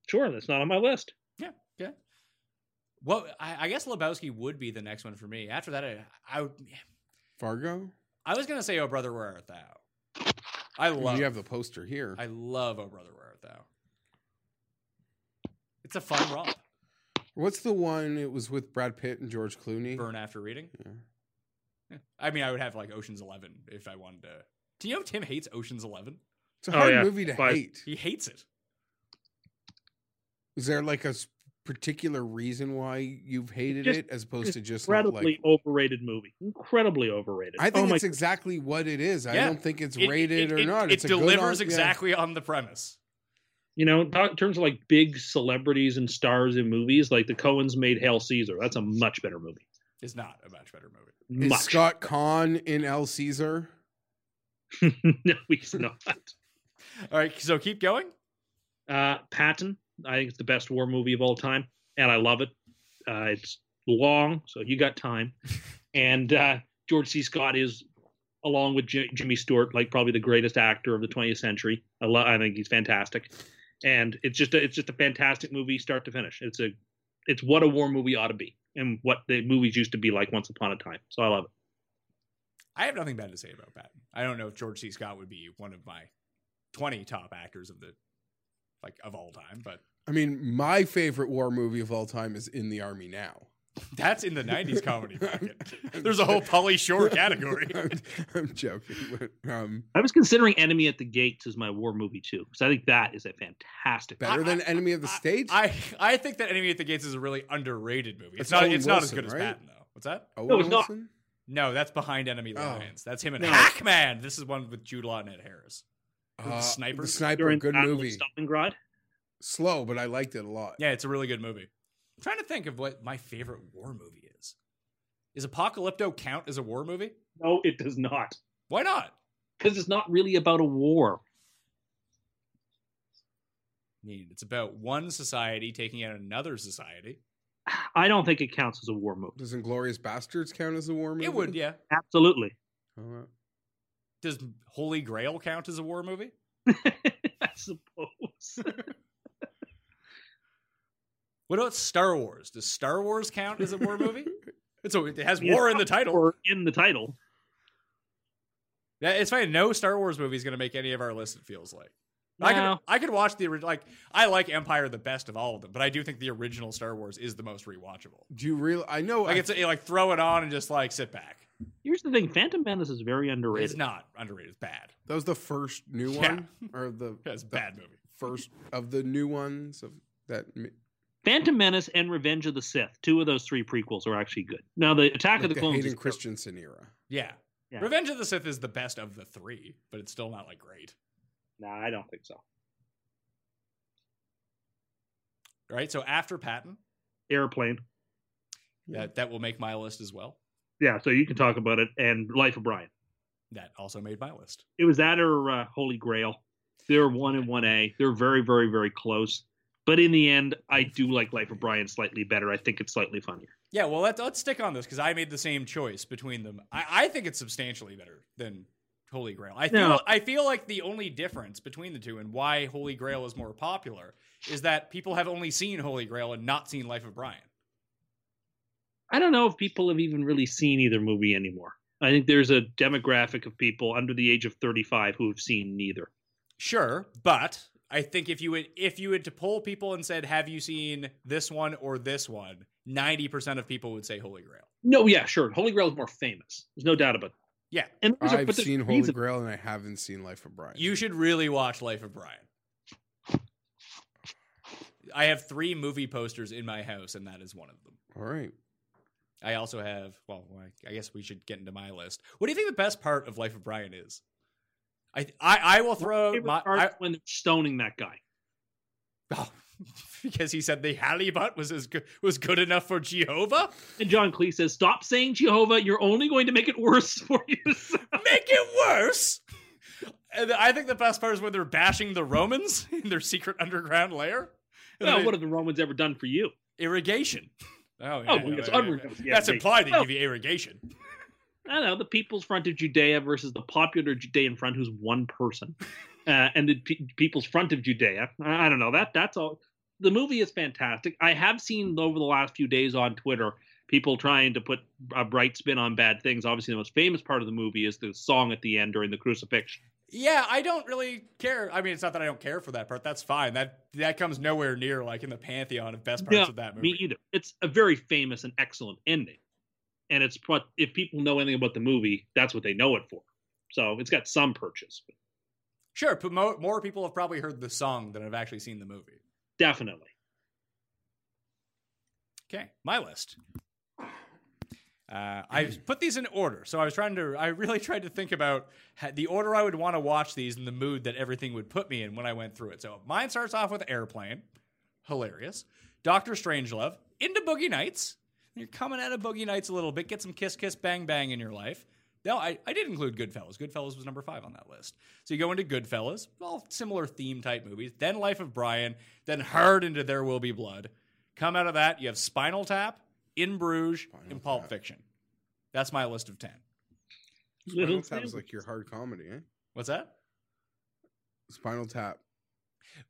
Sure, that's not on my list. Well, I, I guess Lebowski would be the next one for me. After that, I I, would- Fargo. I was gonna say Oh Brother Where Art Thou. I I mean, love you have the poster here. I love Oh Brother Where Art Thou. It's a fun romp. What's the one? It was with Brad Pitt and George Clooney. Burn after reading. Yeah. I mean, I would have like Ocean's Eleven if I wanted to. Do you know Tim hates Ocean's Eleven? It's a Oh, hard yeah. movie to Why- hate. He hates it. Is there like a s- particular reason why you've hated just- it as opposed to just not Incredibly like? overrated movie. Incredibly overrated. I think oh my, it's exactly what it is. I Yeah. don't think it's It- rated it- or it- not. It it's a good delivers on- yeah. exactly on the premise. you know, in terms of like big celebrities and stars in movies, like the Coens made Hail Caesar. That's a much better movie. Is not a much better movie. Is Much. Scott Kahn in El Caesar? no, he's not. All right, so keep going. Uh, Patton, I think it's the best war movie of all time, and I love it. Uh, it's long, so you got time. and uh, George C. Scott is, along with J- Jimmy Stewart, like probably the greatest actor of the 20th century. I, lo- I think he's fantastic, and it's just a, it's just a fantastic movie, start to finish. It's a it's what a war movie ought to be, and what the movies used to be like once upon a time. So I love it. I have nothing bad to say about Patton. I don't know if George C. Scott would be one of my twenty top actors of the like of all time, but I mean, my favorite war movie of all time is In the Army Now. that's in the '90s comedy bracket. There's a whole Polly Shore category. I'm, I'm joking. But, um, I was considering Enemy at the Gates as my war movie too, because I think that is a fantastic. better than Enemy of the State? I I think that Enemy at the Gates is a really underrated movie. It's That's not. Owen It's not as Wilson, good as right? Patton though. What's that? Owen No, it's not. Wilson? No, that's behind Enemy Oh. Lines. That's him and No. Hackman. This is one with Jude Law and Ed Harris. The Sniper? Uh, The sniper, during good Battle of movie. Stalingrad. Slow, but I liked it a lot. Yeah, it's a really good movie. I'm trying to think of what my favorite war movie is. Is Apocalypto count as a war movie? No, it does not, Why not? because it's not really about a war. I mean, it's about one society taking out another society. I don't think it counts as a war movie. Does Inglorious Bastards count as a war movie? Uh, It would, yeah. Absolutely. Alright. Does Holy Grail count as a war movie? I suppose. What about Star Wars? Does Star Wars count as a war movie? It's a, it has Yeah. war in the title. Or in the title. Yeah, It's fine. No Star Wars movie is going to make any of our list. It feels like I could No. I could watch the original. Like I like Empire the best of all of them, but I do think the original Star Wars is the most rewatchable. Do you real? I Oh, know. Like I- it's you, like throw it on and just like sit back. Here's the thing: Phantom Menace is very underrated. It's not underrated. It's bad. that was the first new Yeah. one, or the Yeah, It's a bad movie. first of the new ones of that. mi- Phantom Menace and Revenge of the Sith, two of those three prequels, are actually good. Now, the Attack Like of the, the Clones, Hayden is Christensen era. Yeah. Yeah. Revenge of the Sith is the best of the three, but it's still not like great, no, I don't think so. right? So after Patton, Airplane, that that will make my list as well. yeah. So you can talk about it. And Life of Brian, That also made my list. it was that or uh, Holy Grail. They're one and one A. They're very, very, very close. But in the end, I do like Life of Brian slightly better. I think it's slightly funnier. Yeah, well, let's, let's stick on this because I made the same choice between them. I, I think it's substantially better than Holy Grail. I feel, No. I feel like the only difference between the two and why Holy Grail is more popular is that people have only seen Holy Grail and not seen Life of Brian. I don't know if people have even really seen either movie anymore. I think there's a demographic of people under the age of 35 who have seen neither. Sure, but I think if you would if you had to poll people and said, "Have you seen this one or this one?" ninety percent of people would say Holy Grail. No, yeah, sure. Holy Grail is more famous. There's no doubt about it. Yeah. And there's a- I've but there's seen a Holy reason- Grail and I haven't seen Life of Brian. You should really watch Life of Brian. I have three movie posters in my house, and that is one of them. All right. I also have. Well, I- I guess we should get into my list. What do you think the best part of Life of Brian is? I I, I will throw favorite my part I, when they're stoning that guy. because he said the Halibut was as good was good enough for Jehovah. And John Cleese says, "Stop saying Jehovah. You're only going to make it worse for yourself." Make it worse. And I think the best part is when they're bashing the Romans in their secret underground lair. And well, they- what have the Romans ever done for you? irrigation. Oh, Oh, well, it's unreal. Yeah, That's they- Oh. implied they Well, give you irrigation. I don't know the People's Front of Judea versus the Popular Judean Front, who's one person, uh, and the Pe- People's Front of Judea. I I don't know that. That's all. The movie is fantastic. I have seen over the last few days on Twitter people trying to put a bright spin on bad things. Obviously, the most famous part of the movie is the song at the end during the crucifixion. Yeah, I don't really care. I mean, it's not that I don't care for that part. That's fine. That that comes nowhere near like in the pantheon of best parts No, of that Me e- movie. either. It's a very famous and excellent ending. And it's what if people know anything about the movie, that's what they know it for. So it's got some purchase, Sure, but mo- more people have probably heard the song than have actually seen the movie. definitely. Okay, my list. Uh, I put these in order, so I was trying to. I really tried to think about ha- the order I would want to watch these and the mood that everything would put me in when I went through it. So mine starts off with Airplane, hilarious. Doctor Strangelove into Boogie Nights. You're coming out of Boogie Nights a little bit. Get some kiss, kiss, bang, bang in your life. No, I, I did include Goodfellas. Goodfellas was number five on that list. So you go into Goodfellas, all similar theme type movies. Then Life of Brian. Then hard into There Will Be Blood. Come out of that, you have Spinal Tap, In Bruges, and Pulp Fiction. That's my list of ten. Spinal Little Tap's things. like your hard comedy, eh? What's that? Spinal Tap.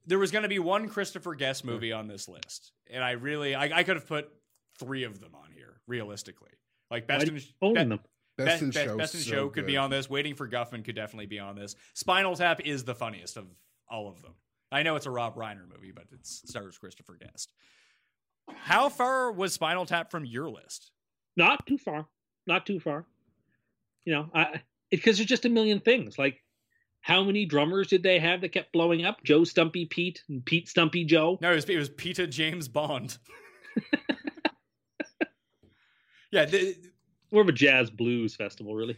There was going to be one Christopher Guest movie on this list, and I really, I, I could have put three of them on here realistically. Like Why best do in, you own Be- them? Best, in Best, Show. Best in so Show could be good. on this. Waiting for Guffman could definitely be on this. Spinal Tap is the funniest of all of them. I know it's a Rob Reiner movie, but it stars Christopher Guest. How far was Spinal Tap from your list? Not too far. Not too far. You know, I because there's just a million things. Like how many drummers did they have that kept blowing up? Joe Stumpy Pete and Pete Stumpy Joe. No, it was, it was Peter James Bond. yeah. The, More of a jazz blues festival, really.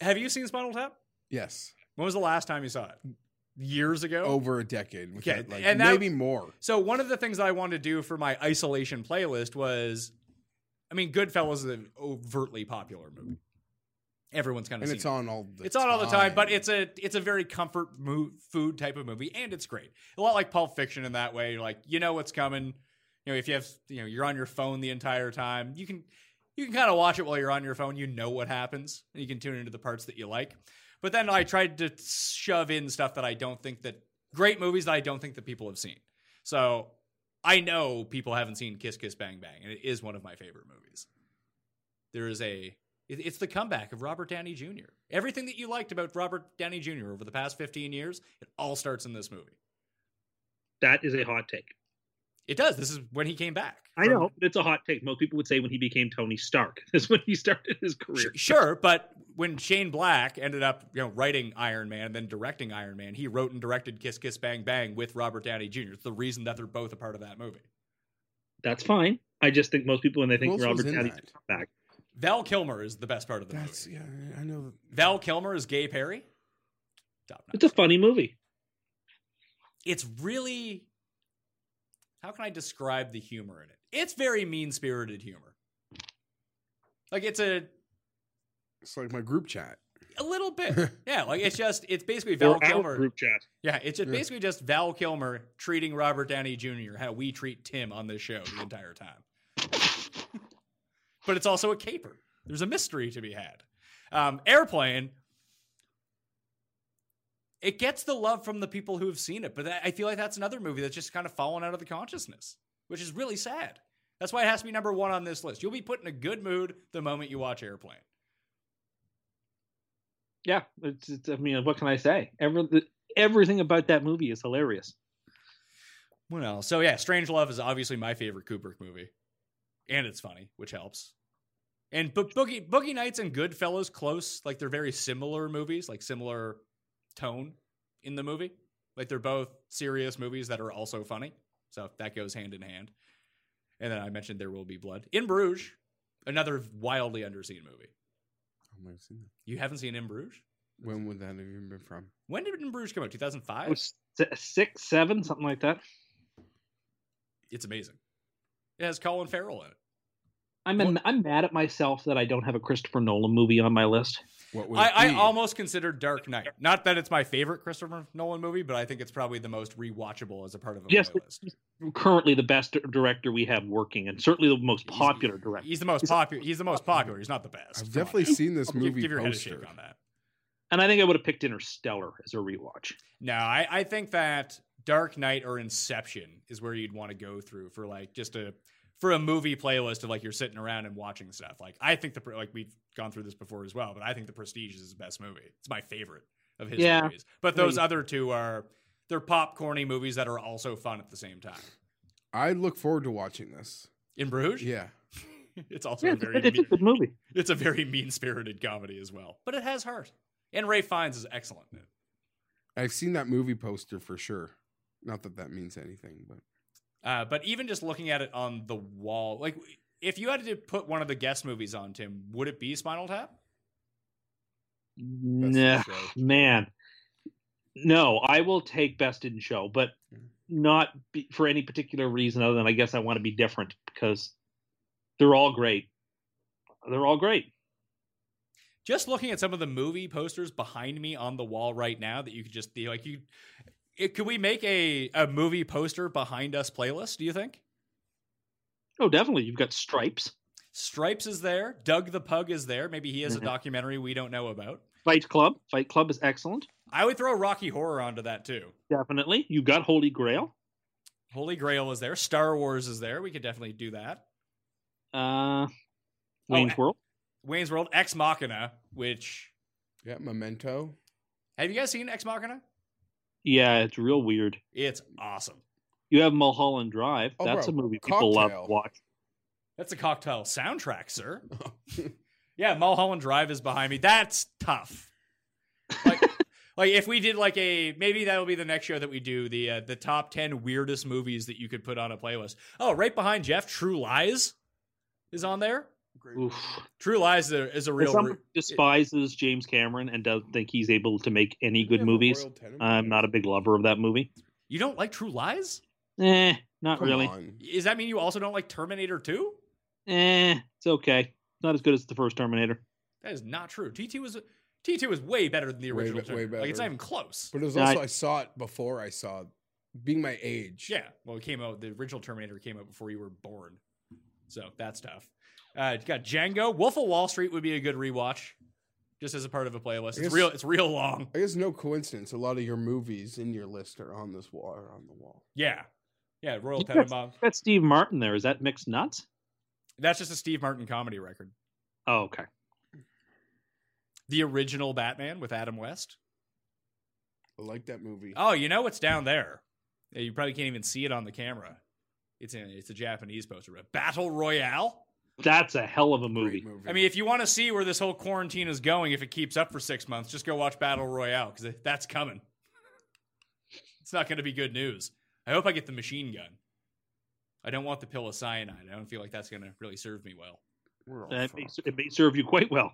have you seen Spinal Tap? Yes. When was the last time you saw it? Years ago? over a decade. with Okay, that, like, and that- maybe more. So one of the things that I wanted to do for my isolation playlist was, I mean, Goodfellas is an overtly popular movie. Everyone's kind of And it's on all the it's on all the time, but it's a it's a very comfort mo- food type of movie, and it's great. A lot like Pulp Fiction in that way. You're like you know what's coming. You know if you have you know you're on your phone the entire time, you can you can kind of watch it while you're on your phone. You know what happens, and you can tune into the parts that you like. But then I tried to shove in stuff that I don't think that great movies that I don't think that people have seen. So I know people haven't seen Kiss Kiss Bang Bang, and it is one of my favorite movies. There is a it- it's the comeback of Robert Downey Jr. Everything that you liked about Robert Downey Jr. over the past 15 years, it all starts in this movie. That is a hot take. It does. This is when he came back. I know but it's a hot take. Most people would say when he became Tony Stark is when he started his career. Sh- Sure, but when Shane Black ended up, you know, writing Iron Man and then directing Iron Man, he wrote and directed Kiss Kiss Bang Bang with Robert Downey Jr. It's the reason that they're both a part of that movie. That's fine. I just think most people when they Who think else was Robert in Downey that? back, Val Kilmer is the best part of the That's movie. yeah. I know. Val Kilmer is Gay Perry. Top notch. it's a funny movie. it's really how can I describe the humor in it? It's very mean spirited humor. Like it's a It's like my group chat. a little bit. Yeah, like it's just it's basically Val Or out Kilmer. group chat. Yeah, it's just Yeah. basically just Val Kilmer treating Robert Downey Jr. how we treat Tim on this show the entire time. but it's also a caper. There's a mystery to be had. Um, Airplane. It gets the love from the people who have seen it, but that, I feel like that's another movie that's just kind of fallen out of the consciousness, which is really sad. That's why it has to be number one on this list. You'll be put in a good mood the moment you watch Airplane. Yeah, it's, it's, I mean, what can I say? Every, everything about that movie is hilarious. What else? So yeah, Strange Love is obviously my favorite Kubrick movie, and it's funny, which helps. And but Boogie Boogie Nights and Goodfellas close, like they're very similar movies, like similar tone in the movie. Like they're both serious movies that are also funny, so that goes hand in hand. And then I mentioned There Will Be Blood in Bruges, another wildly underseen movie. Oh, I might have seen that. You haven't seen In Bruges? When would that have even been from? When did In Bruges come out? Two thousand It five. was Oh, si- six, seven, something like that. It's amazing. It has Colin Farrell in it. I'm an, I'm mad at myself that I don't have a Christopher Nolan movie on my list. What would I, it I be? almost considered Dark Knight. Not that it's my favorite Christopher Nolan movie, but I think it's probably the most rewatchable as a part of a Yes, playlist. He's- Currently, the best di- director we have working, and certainly the most popular director. He's the most popular. He's the most popular. He's not the best. I've Come on definitely now. seen this Give- movie Give, your head a poster. shake on that. And I think I would have picked Interstellar as a rewatch. No, I, I think that Dark Knight or Inception is where you'd want to go through for like just a for a movie playlist of like you're sitting around and watching stuff. Like I think the Pre- like we've gone through this before as well, but I think The Prestige is his best movie. It's my favorite of his Yeah. movies. But those Agreed. other two are they're popcorny movies that are also fun at the same time. I look forward to watching this. In Bruges? Yeah. It's also a Yeah, it's, a very good- it's a mean, good movie. it's a very mean-spirited comedy as well, but it has heart. And Ray Fiennes is excellent in it. I've seen that movie poster for sure. Not that that means anything, but Uh, but even just looking at it on the wall, like if you had to put one of the guest movies on Tim, would it be Spinal Tap? Nah, show. man. No, I will take Best in Show, but Hmm. not be, for any particular reason other than I guess I want to be different because they're all great. They're all great. Just looking at some of the movie posters behind me on the wall right now, that you could just be like, you, it, could we make a a movie poster behind us playlist? Do you think? Oh, definitely. You've got Stripes. Stripes is there. Doug the Pug is there. Maybe he has a Mhm. documentary we don't know about. Fight Club. Fight Club is excellent. I would throw Rocky Horror onto that too. Definitely. You've got Holy Grail. Holy Grail is there. Star Wars is there. We could definitely do that. Oh, Uh, Wayne's eh. World. Wayne's World, Ex Machina, which yeah, Memento. have you guys seen Ex Machina? Yeah, it's real weird. It's awesome. You have Mulholland Drive. Oh, That's bro, a movie people love to Cocktail. watch. That's a cocktail soundtrack, sir. yeah, Mulholland Drive is behind me. That's tough. Like, like if we did like a maybe that'll be the next show that we do the uh, the top ten weirdest movies that you could put on a playlist. Oh, right behind Jeff, True Lies is on there. Great. Oof. True Lies is a, is a real. Someone re- who despises James Cameron and doesn't think he's able to make any good movies. I'm not a big lover of that movie. you don't like True Lies? Eh, not Come really. on. Does that mean you also don't like Terminator 2? Eh, it's okay. Not as good as the first Terminator. That is not true. T2 was T2 is way better than the Way original. be- way Terminator. Like it's better. not even close. But it was Yeah, also I- I saw it before I saw being my age. Yeah. Well, it came out. The original Terminator came out before you were born, so that's tough. Uh, you got Django. Wolf of Wall Street would be a good rewatch, just as a part of a playlist. I It's guess- real. It's real long. I guess no coincidence. A lot of your movies in your list are on this wall. Are on the wall. Yeah. Yeah. Royal Yeah, that's- Tenenbaum. That's Steve Martin there. Is that mixed nuts? That's just a Steve Martin comedy record. Oh, okay. The original Batman with Adam West. I like that movie. Oh, you know what's down there? Yeah, You probably can't even see it on the camera. It's in. It's a Japanese poster. but Battle Royale. That's a hell of a Great movie. movie. I mean, if you want to see where this whole quarantine is going, if it keeps up for six months, just go watch Battle Royale because that's coming. It's not going to be good news. I hope I get the machine gun. I don't want the pill of cyanide. I don't feel like that's going to really serve me well. We're all Uh, it, may, fucked. it may serve you quite well.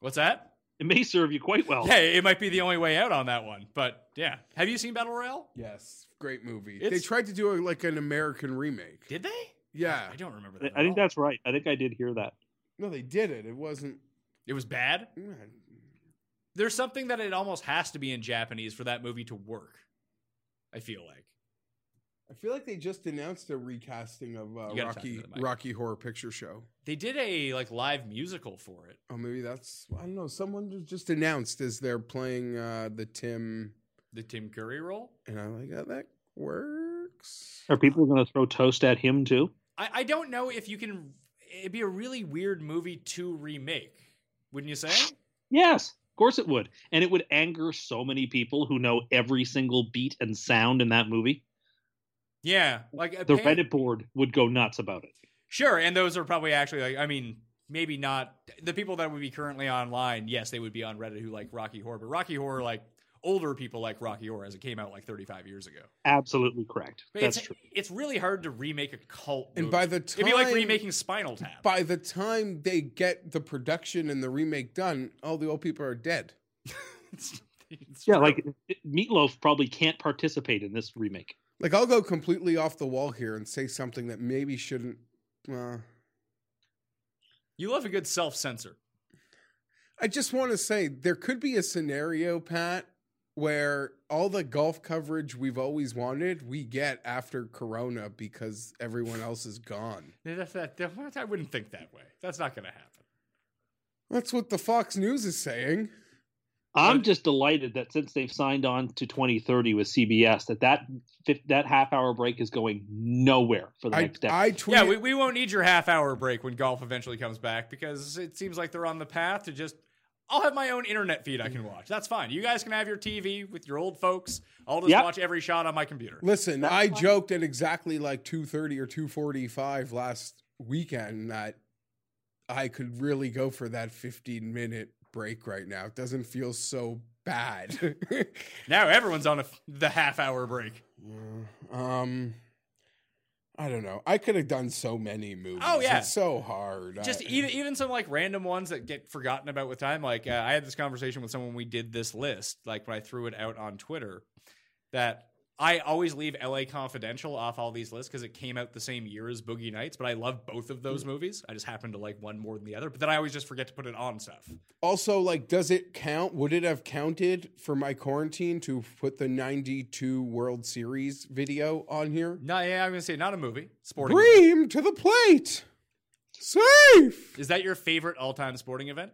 What's that? It may serve you quite well. Yeah, it might be the only way out on that one. But yeah, have you seen Battle Royale? yes, great movie. they It's- tried to do a, like an American remake. Did they? yeah, I don't remember I- that. I at think all. that's right. I think I did hear that. no, they did it. It wasn't. it was bad. yeah. There's something that it almost has to be in Japanese for that movie to work. I feel like. I feel like they just announced a recasting of uh, You gotta talk Rocky into the mic. Rocky Horror Picture Show. They did a like live musical for it. Oh, maybe that's I don't know. Someone ju- just announced as they're playing uh, the Tim, The Tim Curry role? and I'm like, oh, that works. Are people going to throw toast at him too? I, I don't know if you can. It'd be a really weird movie to remake, wouldn't you say? Yes, of course it would. And it would anger so many people who know every single beat and sound in that movie. Yeah, like The apparent- Reddit board would go nuts about it. Sure, and those are probably actually like. I mean, maybe not the people that would be currently online. Yes, they would be on Reddit who like Rocky Horror, but Rocky Horror like older people like Rocky Horror as it came out like 35 years ago. Absolutely correct. But That's it's, true. It's really hard to remake a cult. And movie. by the it'd time be like remaking Spinal Tap. by the time they get the production and the remake done, all the old people are dead. It's- it's Yeah, true. like Meatloaf probably can't participate in this remake. Like I'll go completely off the wall here and say something that maybe shouldn't. Uh, you love a good self censor. I just want to say there could be a scenario, Pat, where all the golf coverage we've always wanted we get after Corona because everyone else is gone. That's that. I wouldn't think that way. That's not going to happen. That's what the Fox News is saying. I'm But- just delighted that since they've signed on to 2030 with CBS, that that fif- that half hour break is going nowhere for the I, next decade. I tweeted. Yeah, we, we won't need your half hour break when golf eventually comes back because it seems like they're on the path to just. I'll have my own internet feed I can watch. That's fine. You guys can have your TV with your old folks. I'll just Yep. watch every shot on my computer. Listen, I joked at exactly like 2:30 or 2:45 last weekend that I could really go for that 15-minute break right now. It doesn't feel so bad. Now everyone's on a, the half hour break. um I don't know. I could have done so many movies. Oh, yeah. It's so hard. Just I- even e-, even some like random ones that get forgotten about with time. Like uh, I had this conversation with someone. when We did this list like when I threw it out on Twitter that I always leave L.A. Confidential off all these lists because it came out the same year as Boogie Nights. But I love both of those movies. I just happen to like one more than the other. But then I always just forget to put it on stuff. Also, like, does it count? Would it have counted for my quarantine to put the 92 World Series video on here? No, yeah, I'm gonna say not a movie. Sporting. event. Bream to the plate. Safe. Is that your favorite all-time sporting event?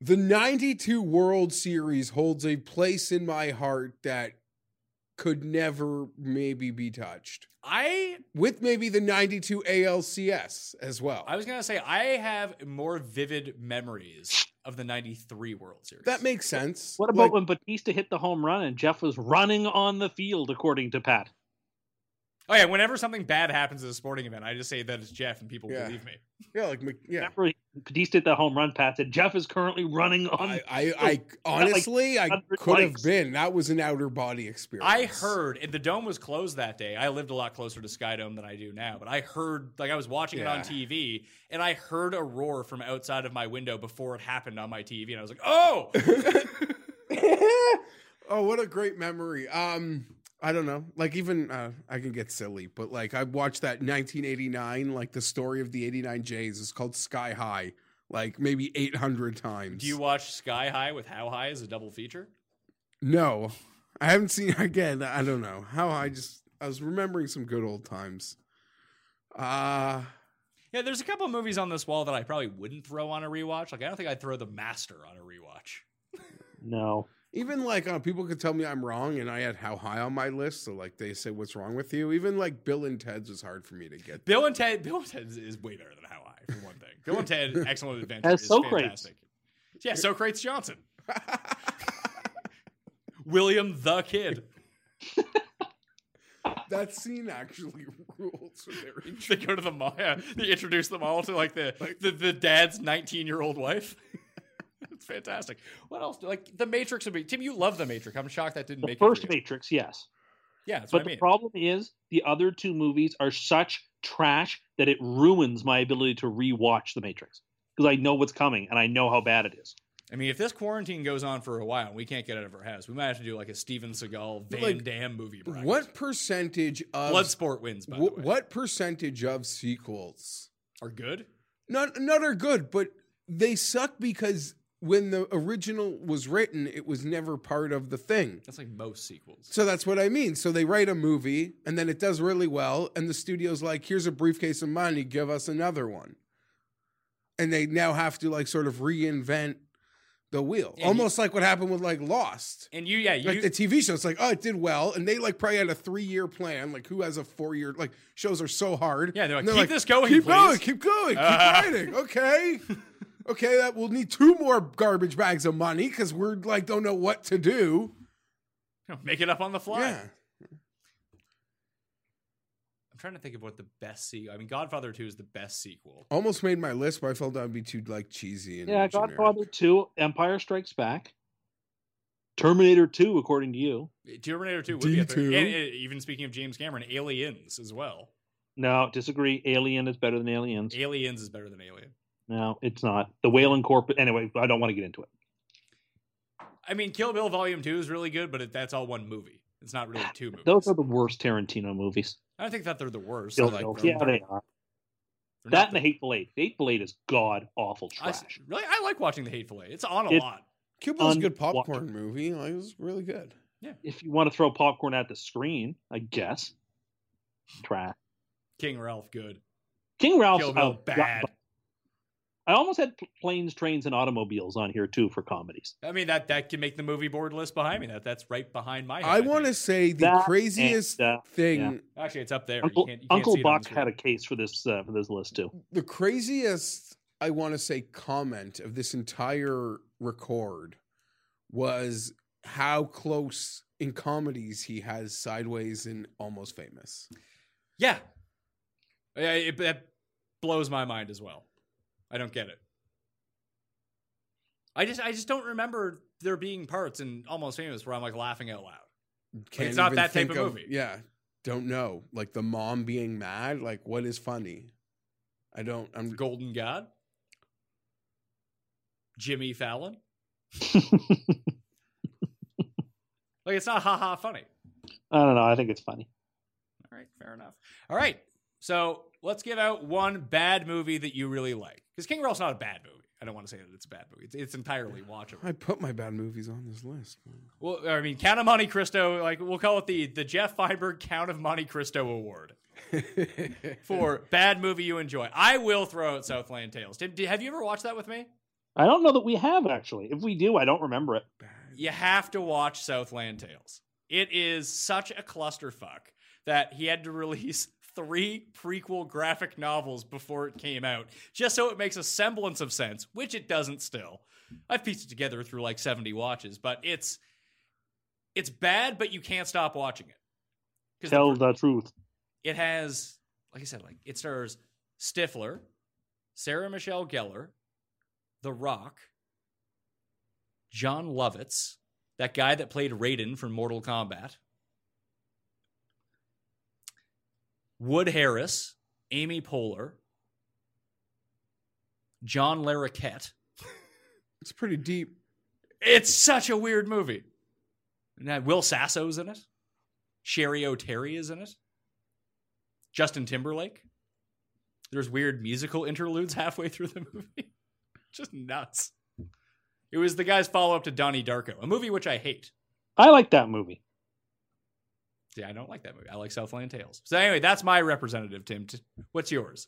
The 92 World Series holds a place in my heart that could never maybe be touched. I With maybe the 92 ALCS as well. I was gonna say I have more vivid memories of the '93 World Series. that makes sense. What about Like, when Batista hit the home run and Jeff was running on the field, according to Pat? Oh yeah, whenever something bad happens at a sporting event, I just say that it's Jeff and people Yeah. believe me. yeah, like Mc- yeah. Remember, Cadiz did that home run, Pat said Jeff is currently running on. I, I, I honestly, I 100 could have likes. been. That was an outer body experience. I heard and the dome was closed that day. I lived a lot closer to Sky Dome than I do now, but I heard like I was watching it Yeah. on TV and I heard a roar from outside of my window before it happened on my TV and I was like, "Oh!" oh, what a great memory. Um, I don't know. Like even uh, I can get silly, but like I watched that 1989, like the story of the 89 Jays is called Sky High, like maybe 800 times. Do you watch Sky High with How High as a double feature? No, I haven't seen again. I don't know how. I just I was remembering some good old times. Uh Yeah, there's a couple of movies on this wall that I probably wouldn't throw on a rewatch. Like I don't think I'd throw The Master on a rewatch. no, even like uh, people could tell me I'm wrong, and I had how high on my list. So like they say, what's wrong with you? Even like Bill and Ted's was hard for me to get. Bill and Ted Bill and Ted is way better than How High for one thing. Bill and Ted Excellent Adventure As is Socrates. fantastic. Yeah, Socrates Johnson. William the Kid. that scene actually rules. when they're in- They go to the mall. Yeah, they introduce them all to like the the, the dad's nineteen year old wife. it's fantastic. What else? do- Like the Matrix would be. Tim, you love the Matrix. I'm shocked that didn't the make first it. for you. Matrix, yes, Yeah, that's but what I the mean. problem is the other two movies are such trash that it ruins my ability to rewatch the Matrix because I know what's coming and I know how bad it is. I mean, if this quarantine goes on for a while and we can't get out of our house, we might have to do like a Steven Seagal Van Like, Damme movie. Bracket. What percentage of Bloodsport wins? By wh- the way, what percentage of sequels? are good? Not not are good, but they suck because when the original was written, it was never part of the thing. That's like most sequels. So that's what I mean. So they write a movie and then it does really well, and the studio's like, here's a briefcase of money, give us another one. And they now have to like sort of reinvent the wheel. And you- Almost like what happened with like Lost. And you, yeah, you, Like the TV show, it's like, oh, it did well. And they like probably had a three year plan. Like, who has a four year? Like, shows are so hard. Yeah, they're like, And "Keep this going, Keep please." going, keep going, keep Ah. writing. Okay. okay, that we'll need two more garbage bags of money because we're like, don't know what to do. make it up on the fly. Yeah. I'm trying to think of what the best sequel. I mean, Godfather Two is the best sequel. Uh, Almost made my list, but I felt that would be too like cheesy and Yeah, generic. Godfather Two, Empire Strikes Back, Terminator Two, according to you. Terminator Two would be up there. D2. And, uh, even speaking of James Cameron, Aliens as well. No, disagree. Alien is better than Aliens. Aliens is better than Alien. No, it's not. The Whalen Corp. Anyway, I don't want to get into it. I mean, Kill Bill Volume Two is really good, but it, that's all one movie. It's not really two movies. Those are the worst Tarantino movies. I don't think that they're the worst. Bill I like Bills. them. yeah, they are. They're That not and the Hateful Eight. The Hateful Eight is god awful I trash. s- really, I like watching The Hateful Eight. It's on a It- lot. Cuba was a good Unwatchable. popcorn movie. Like, it was really good. If you want to throw popcorn at the screen, I guess. Trash. King Ralph, good. King Ralph's Kill Bill, out- bad. I almost had pl- planes, trains, and automobiles on here too for comedies. I mean, that that can make the movie board list behind me. That that's right behind my. Head, I want to think. say the That craziest and, uh, thing, yeah. Actually, it's up there. Uncle, you can't, you can't Uncle see it on the Buck screen. had a case for this uh, for this list too. the craziest, I want to say, comment of this entire record was how close in comedies he has Sideways and Almost Famous. Yeah. Yeah, it, that blows my mind as well. I don't get it. I just I just don't remember there being parts in Almost Famous where I'm like laughing out loud. Can't not even that type think of movie. Yeah. Don't know. Like the mom being mad. Like, what is funny? I don't. I'm Golden God, Jimmy Fallon. Like it's not ha ha funny. I don't know. I think it's funny. All right, fair enough. All right, so let's give out one bad movie that you really like because King Ralph's not a bad movie. I don't want to say that it's a bad movie. It's, it's entirely watchable. I put my bad movies on this list. Well, I mean, Count of Monte Cristo. Like we'll call it the the Jeff Feinberg Count of Monte Cristo Award for bad movie you enjoy. I will throw out Southland Tales. Tim, did, have you ever watched that with me? I don't know that we have actually. If we do, I don't remember it. You have to watch Southland Tales. It is such a clusterfuck that he had to release three prequel graphic novels before it came out, just so it makes a semblance of sense, which it doesn't still. I've pieced it together through like 70 watches, but it's it's bad, but you can't stop watching it. 'Cause the Tell the truth. it has like i said like it stars stifler sarah michelle gellar The Rock, John Lovitz, that guy that played Raiden from Mortal Kombat, Wood Harris, Amy Poehler, John Larroquette. It's pretty deep. It's such a weird movie. Now, Will Sasso's in it. Sherry O'Terry is in it. Justin Timberlake. There's weird musical interludes halfway through the movie. Just nuts. It was the guy's follow up to Donnie Darko, a movie which I hate. I like that movie. See, I don't like that movie. I like Southland Tales. So anyway, that's my representative, Tim. T- What's yours?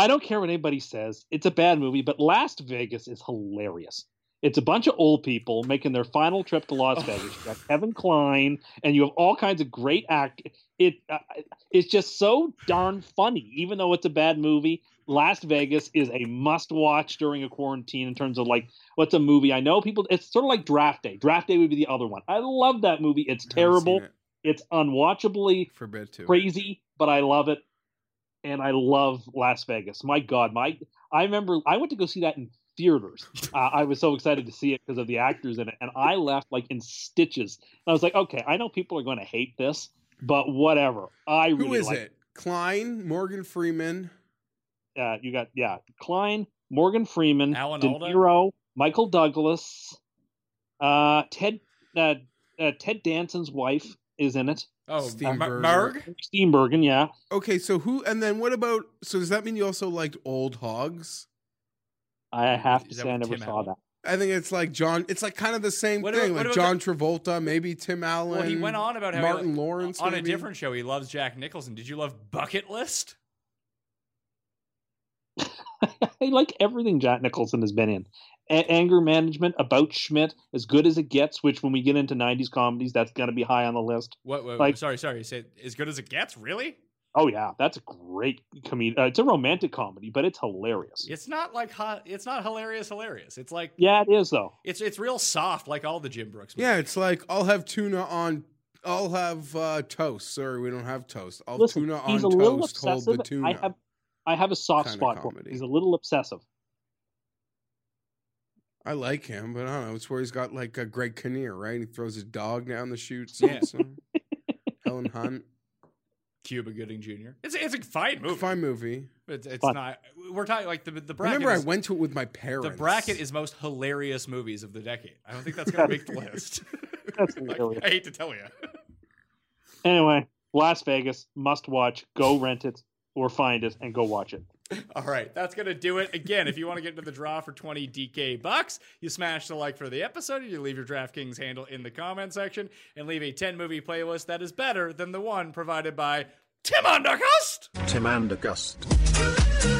I don't care what anybody says. It's a bad movie, but Last Vegas is hilarious. It's a bunch of old people making their final trip to Oh. Las Vegas. You got Kevin Klein, and you have all kinds of great act. It uh, it's just so darn funny, even though it's a bad movie. Las Vegas is a must watch during a quarantine in terms of like what's a movie. I know people. It's sort of like Draft Day. Draft Day would be the other one. I love that movie. It's I haven't terrible. seen it. It's unwatchably Forbid to. crazy, but I love it, and I love Las Vegas. My God, my I remember I went to go see that in theaters. Uh, I was so excited to see it because of the actors in it, and I left like in stitches. And I was like, okay, I know people are going to hate this, but whatever. I really Who is like it? Klein, Morgan Freeman. Uh, you got yeah, Klein, Morgan Freeman, Alan De Alda? Niro, Michael Douglas, uh, Ted uh, uh, Ted Danson's wife is in it. Oh, Steve M- Burger. Merg? Steenbergen, yeah. Okay, so who? And then what about? So does that mean you also liked Old Hogs? I have to Is that say I with never Tim saw Allen? that. I think it's like John. It's like kind of the same What about- thing, what like about John Travolta, maybe Tim Allen. Well, he went on about how he Martin li- Lawrence on a maybe? different show. He loves Jack Nicholson. Did you love Bucket List? I like everything Jack Nicholson has been in. A- anger management, about Schmidt, as good as it gets. Which, when we get into '90s comedies, that's going to be high on the list. What? what Like- sorry, sorry. Say, as good as it gets. Really? Oh yeah, that's a great comedy. Uh, it's a romantic comedy, but it's hilarious. It's not like hot. It's not hilarious. Hilarious. It's like Yeah, it is though. it's it's real soft, like all the Jim Brooks. Movies. Yeah, it's like I'll have tuna on. I'll have uh, toast. Sorry, we don't have toast. I'll Listen, tuna on he's a little toast. Hold the obsessive. tuna. I have, I have a soft Kinda spot for him. comedy. He's a little obsessive. I like him, but I don't know. It's where he's got like a Greg Kinnear, right? He throws his dog down the chutes. Yeah. So- Helen Hunt. Cuba Gooding Jr. It's it's a fine movie. Fine movie. It's, it's Fine. not. We're talking like the the bracket. Remember, I is- went to it with my parents. the bracket is most hilarious movies of the decade. I don't think that's gonna make the list. That's Like, hilarious. I hate to tell you. Anyway, Las Vegas must watch. Go rent it or find it and go watch it. All right, that's gonna do it. Again, if you want to get into the draw for 20 DK bucks, you smash the like for the episode, you leave your DraftKings handle in the comment section, and leave a 10 movie playlist that is better than the one provided by Tim Undergust. Tim Andergust.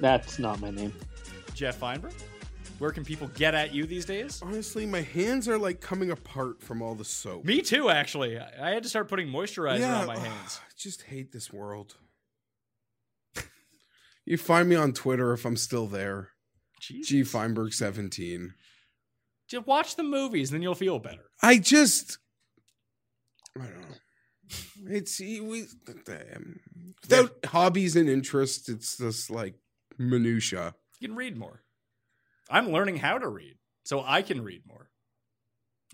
That's not my name. Jeff Feinberg. Where can people get at you these days? Honestly, my hands are like coming apart from all the soap. Me too, actually. I I had to start putting moisturizer on my ugh, hands. I just hate this world. you find me on Twitter if I'm still there. Jesus. G Feinberg 17. Just watch the movies, then you'll feel better. I just, I don't know. It's e, we, um, without hobbies and interests, it's just like minutia. You can read more. I'm learning how to read, so I can read more.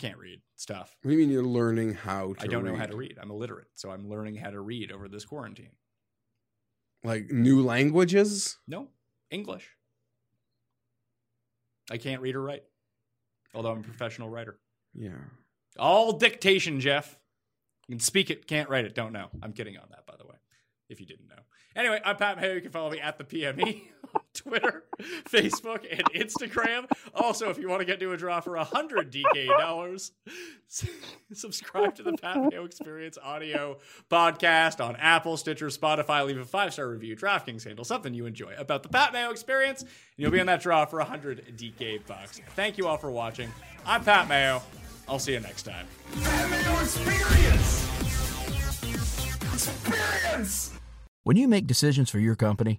Can't read stuff. What do you mean you're learning how to? I don't know how to read. I'm illiterate, so I'm learning how to read over this quarantine. Like new languages. No, English. I can't read or write, although I'm a professional writer. Yeah. All dictation, Jeff. You can speak it, can't write it, don't know. I'm kidding on that, by the way, if you didn't know. Anyway, I'm Pat Mayo. You can follow me at the PME, on Twitter, Facebook, and Instagram. Also, if you want to get to a draw for 100 DK dollars, subscribe to the Pat Mayo Experience audio podcast on Apple, Stitcher, Spotify. Leave a five star review, DraftKings handle, something you enjoy about the Pat Mayo Experience, and you'll be in that draw for 100 DK bucks. Thank you all for watching. I'm Pat Mayo. I'll see you next time. Experience! Experience! When you make decisions for your company,